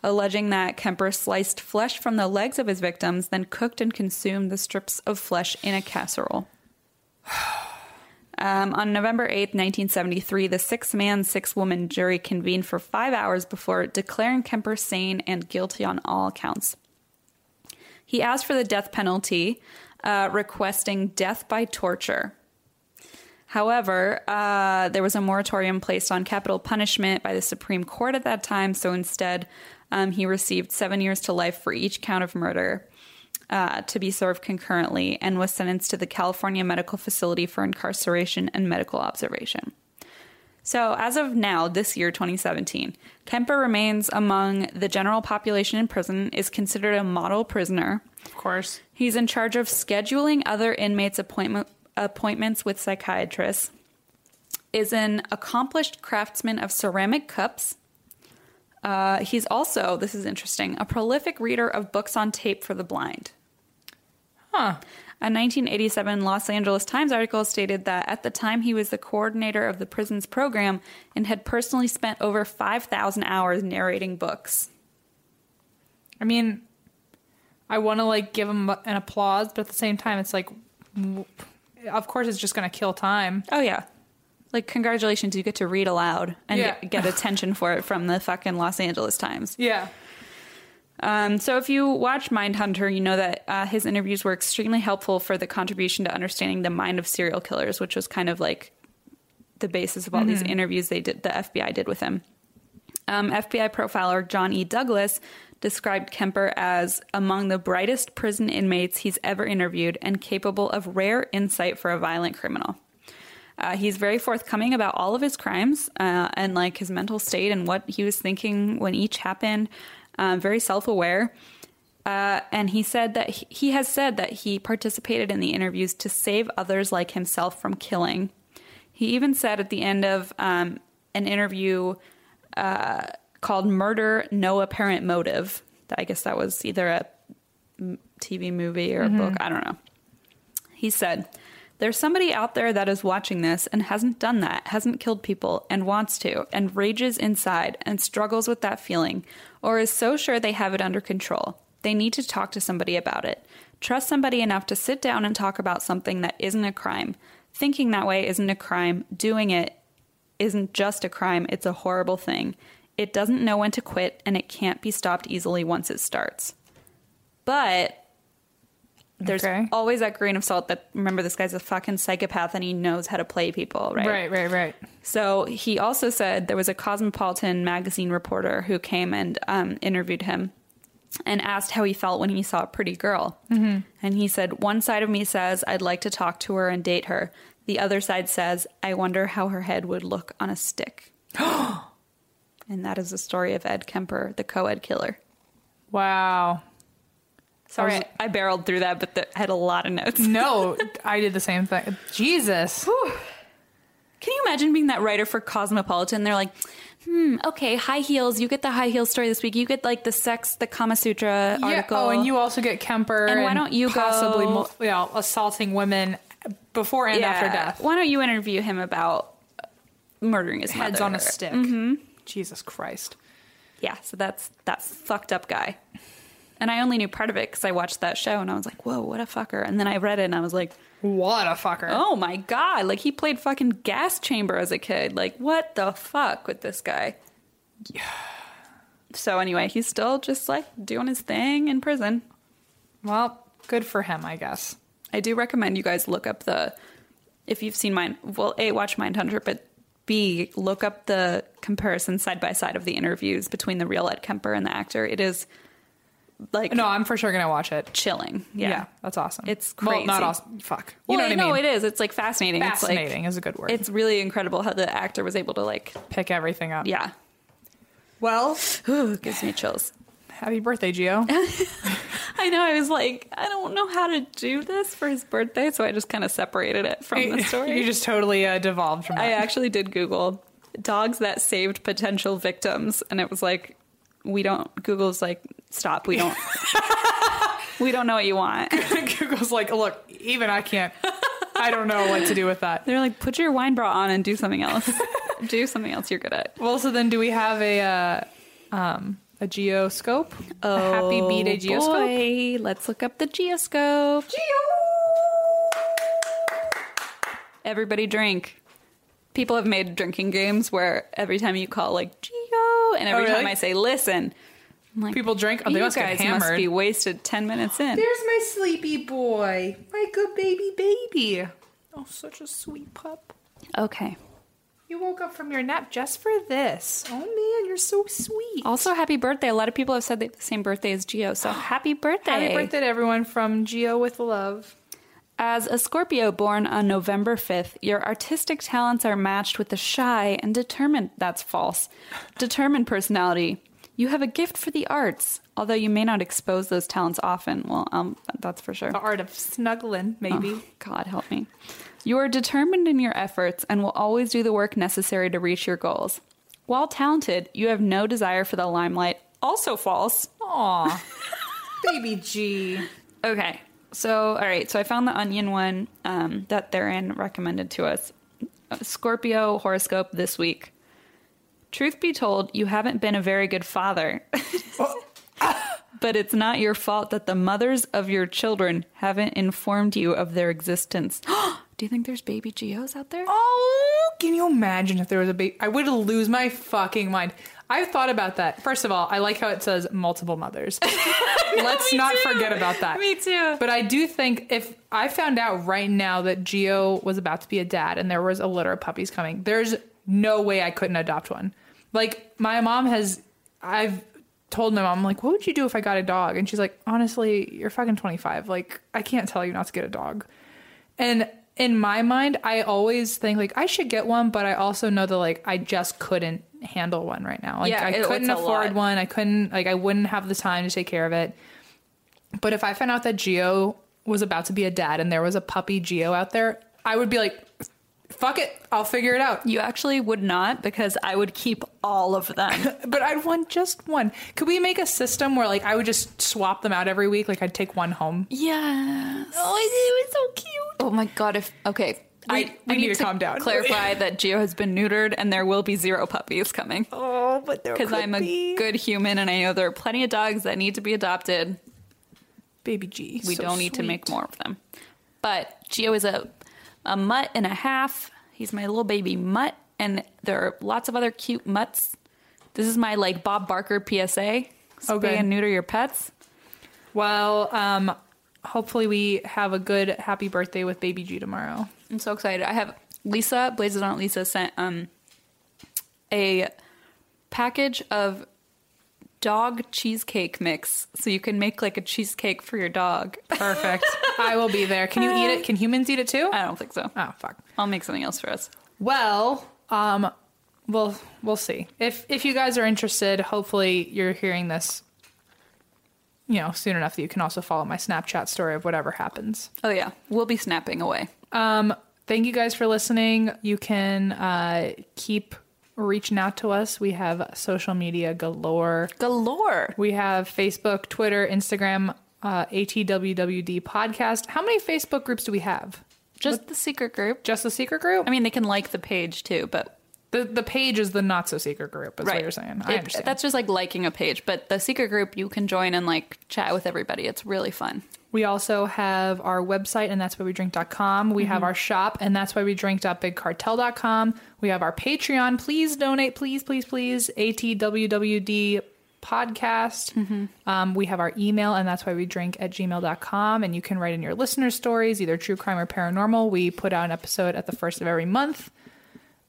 alleging that Kemper sliced flesh from the legs of his victims, then cooked and consumed the strips of flesh in a casserole. Um, on November 8th, 1973, the six man, six woman jury convened for five hours before declaring Kemper sane and guilty on all counts. He asked for the death penalty, uh, requesting death by torture. However, uh, there was a moratorium placed on capital punishment by the Supreme Court at that time, so instead, um, he received seven years to life for each count of murder. uh, to be served concurrently and was sentenced to the California Medical Facility for Incarceration and Medical Observation. So, as of now, this year, 2017, Kemper remains among the general population in prison, is considered a model prisoner. Of course. He's in charge of scheduling other inmates' appointment, appointments with psychiatrists, is an accomplished craftsman of ceramic cups. Uh, he's also, this is interesting, a prolific reader of books on tape for the blind. Huh. A 1987 Los Angeles Times article stated that at the time he was the coordinator of the prison's program and had personally spent over 5,000 hours narrating books. I mean, I want to like give him an applause, but at the same time, it's like, w- of course, it's just gonna kill time. Oh, yeah. Like, congratulations, you get to read aloud and Yeah. get, get attention for it from the fucking Los Angeles Times. Yeah. Um, so if you watch Mindhunter, you know that uh, his interviews were extremely helpful for the contribution to understanding the mind of serial killers, which was kind of like the basis of all these interviews they did, the FBI did with him. Um, FBI profiler John E. Douglas described Kemper as among the brightest prison inmates he's ever interviewed and capable of rare insight for a violent criminal. Uh, he's very forthcoming about all of his crimes uh, and like his mental state and what he was thinking when each happened. Um, very self-aware, uh, and he said that he, he has said that he participated in the interviews to save others like himself from killing. He even said at the end of um, an interview uh, called "Murder: No Apparent Motive." that I guess that was either a m- TV movie or a book. I don't know. He said, There's somebody out there that is watching this and hasn't done that, hasn't killed people and wants to, and rages inside and struggles with that feeling, or is so sure they have it under control. They need to talk to somebody about it. Trust somebody enough to sit down and talk about something that isn't a crime. Thinking that way isn't a crime. Doing it isn't just a crime, it's a horrible thing. It doesn't know when to quit, and it can't be stopped easily once it starts. But there's Okay. always that grain of salt that remember this guy's a fucking psychopath and he knows how to play people, right? Right. Right. Right. So he also said there was a Cosmopolitan magazine reporter who came and um, interviewed him and asked how he felt when he saw a pretty girl. Mm-hmm. And he said, One side of me says, I'd like to talk to her and date her. The other side says, I wonder how her head would look on a stick. and that is the story of Ed Kemper, the co ed killer. Wow. Sorry, I I, was- barreled through that, but the, I had a lot of notes. No, I did the same thing. Jesus. Can you imagine being that writer for Cosmopolitan? They're like, hmm, okay, high heels. You get the high heel story this week. You get like the sex, the Kama Sutra article. Yeah. Oh, and you also get Kemper. And why don't you possibly go- mul- you know, assaulting women before and Yeah. after death? Why don't you interview him about murdering his Heads mother? on a stick. Mm-hmm. Jesus Christ. Yeah, so that's that fucked up guy. And I only knew part of it because I watched that show and I was like, whoa, what a fucker. And then I read it and I was like, What a fucker. oh my god, like he played fucking gas chamber as a kid. Like, what the fuck with this guy? So anyway, he's still just like doing his thing in prison. Well, good for him, I guess. I do recommend you guys look up the if you've seen mine. Well, a watch Mindhunter, but b look up the comparison side by side of the interviews between the real Ed Kemper and the actor. It is like No, I'm for sure gonna watch it. chilling. Yeah. Yeah, that's awesome. It's Well, not crazy. awesome. Fuck. You Well, know what I no, mean? it is. It's like fascinating. It's Fascinating like is a good word. it's really incredible how the actor was able to like Pick everything up. yeah. Well, Ooh, gives me chills. happy birthday, Gio. I know. I was like, I don't know how to do this for his birthday, so I just kind of separated it from the story. you just totally uh, devolved from that. I actually did Google dogs that saved potential victims, and it was like, we don't. Google's like, stop. We don't. we don't know what you want. Google's like, look, even I can't. I don't know what to do with that. They're like, put your wine bra on and do something else. do something else you're good at. Well, so then, do we have a uh, um, a geoscope? a happy B day geoscope. Oh, Boy, let's look up the geoscope. Everybody drink. People have made drinking games where every time you call like geo, and every Oh, really? time I say listen, I'm like, People drink. Oh, they you must get guys must hammered. be wasted ten minutes in. There's my sleepy boy, my good baby baby. Oh, such a sweet pup. Okay. You woke up from your nap just for this. Oh man, you're so sweet. Also, happy birthday. A lot of people have said they have the same birthday as Geo, so happy birthday. Happy birthday to everyone from Geo with Love. As a Scorpio born on November 5th, your artistic talents are matched with the shy and determined, that's false, determined personality. You have a gift for the arts, although you may not expose those talents often. Well, um, that's for sure. The art of snuggling, maybe. Oh, God help me. You are determined in your efforts and will always do the work necessary to reach your goals. While talented, you have no desire for the limelight. Also false. Aw. Baby G. Okay. So, all right. So I found the onion one um, that therein recommended to us. Uh, Scorpio horoscope this week. Truth be told, you haven't been a very good father. but it's not your fault that the mothers of your children haven't informed you of their existence. Do you think there's baby Geos out there? Oh, can you imagine if there was a baby? I would lose my fucking mind. I've thought about that. First of all, I like how it says multiple mothers. Let's not forget about that. Me too. But I do think if I found out right now that Geo was about to be a dad and there was a litter of puppies coming, there's no way I couldn't adopt one. Like my mom has, I've told my mom like, what would you do if I got a dog? And she's like, honestly, you're fucking 25. Like I can't tell you not to get a dog. And in my mind, I always think like I should get one, but I also know that like I just couldn't handle one right now. Like Yeah, I it- couldn't it's a lot. afford one. I couldn't like I wouldn't have the time to take care of it. But if I found out that Geo was about to be a dad and there was a puppy Geo out there, I would be like, fuck it, I'll figure it out. You actually would not because I would keep all of them. But I'd want just one. Could we make a system where like I would just swap them out every week? Like I'd take one home. yes. Oh, it was so cute. Oh my god, if okay. We- I, we I need to calm down. Clarify that Geo has been neutered and there will be zero puppies coming. Oh, but there Because could I'm a be. good human and I know there are plenty of dogs that need to be adopted. baby G. We So don't need to make sweet. more of them. But Geo is a, a mutt and a half. He's my little baby mutt, and there are lots of other cute mutts. This is my like Bob Barker PSA. Spay Oh, good. and neuter your pets. Well, um, hopefully we have a good happy birthday with baby G tomorrow. I'm so excited. I have Lisa, Blazes Aunt Lisa sent um a package of dog cheesecake mix. So you can make like a cheesecake for your dog. Perfect. I will be there. Can you eat it? Can humans eat it too? I don't think so. Oh fuck. I'll make something else for us. Well, um, we'll we'll see. If if you guys are interested, hopefully you're hearing this, you know, soon enough that you can also follow my Snapchat story of whatever happens. Oh yeah. We'll be snapping away. Um, thank you guys for listening. You can uh, keep reaching out to us. We have social media galore. Galore. We have Facebook, Twitter, Instagram, uh, ATWWD podcast. How many Facebook groups do we have? Just the secret group. Just the secret group? I mean they can like the page too, but the the page is the not so secret group. Is what you're saying. I It- understand. That's just like liking a page. But the secret group you can join and like chat with everybody. It's really fun. we also have our website, and that's why we drink.com. We Mm-hmm. have our shop, and that's why we drink.bigcartel.com. We have our Patreon. Please donate, please, please, please. ATWWD podcast. Mm-hmm. Um, we have our email, and that's why we drink at gmail.com. And you can write in your listener stories, either true crime or paranormal. We put out an episode at the first of every month.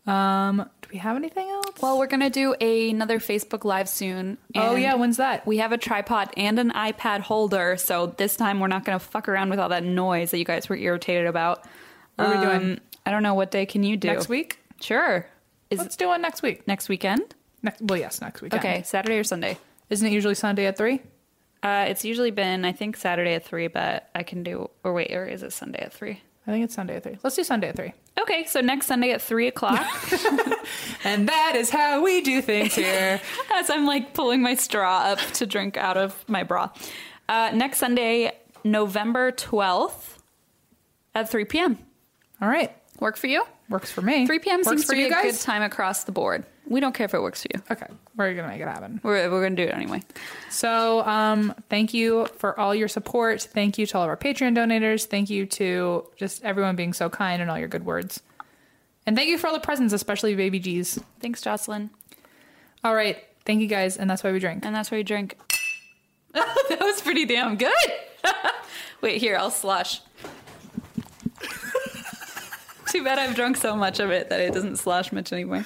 Um, do we have anything else? Well, we're gonna do another Facebook Live soon. oh, and yeah. When's that? We have a tripod and an iPad holder, so this time we're not going to fuck around with all that noise that you guys were irritated about. What are we doing? I don't know what day can you do Um, Next week? Sure, is Let's do one next week. next weekend? Next, well, yes, next week. Okay, Saturday or Sunday. Isn't it usually Sunday at three? Uh, it's usually been I think Saturday at three, but I can do or wait or is it Sunday at three? I think it's Sunday at three. Let's do Sunday at three. Okay, so next Sunday at three o'clock, And that is how we do things here. as I'm like pulling my straw up to drink out of my bra. Uh, next Sunday, November twelfth, at three p.m. All right. Work for you? Works for me. 3 p.m. Works seems for to be you a guys. good time across the board. We don't care if it works for you. Okay. We're going to make it happen. We're, we're going to do it anyway. So, um, thank you for all your support. Thank you to all of our Patreon donators. Thank you to just everyone being so kind and all your good words. And thank you for all the presents, especially Baby G's. Thanks, Jocelyn. All right. Thank you guys. And that's why we drink. And that's where you drink. that was pretty damn good. Wait, here, I'll slush. Too bad I've drunk so much of it that it doesn't slosh much anymore.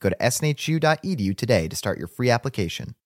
Go to snhu.edu today to start your free application.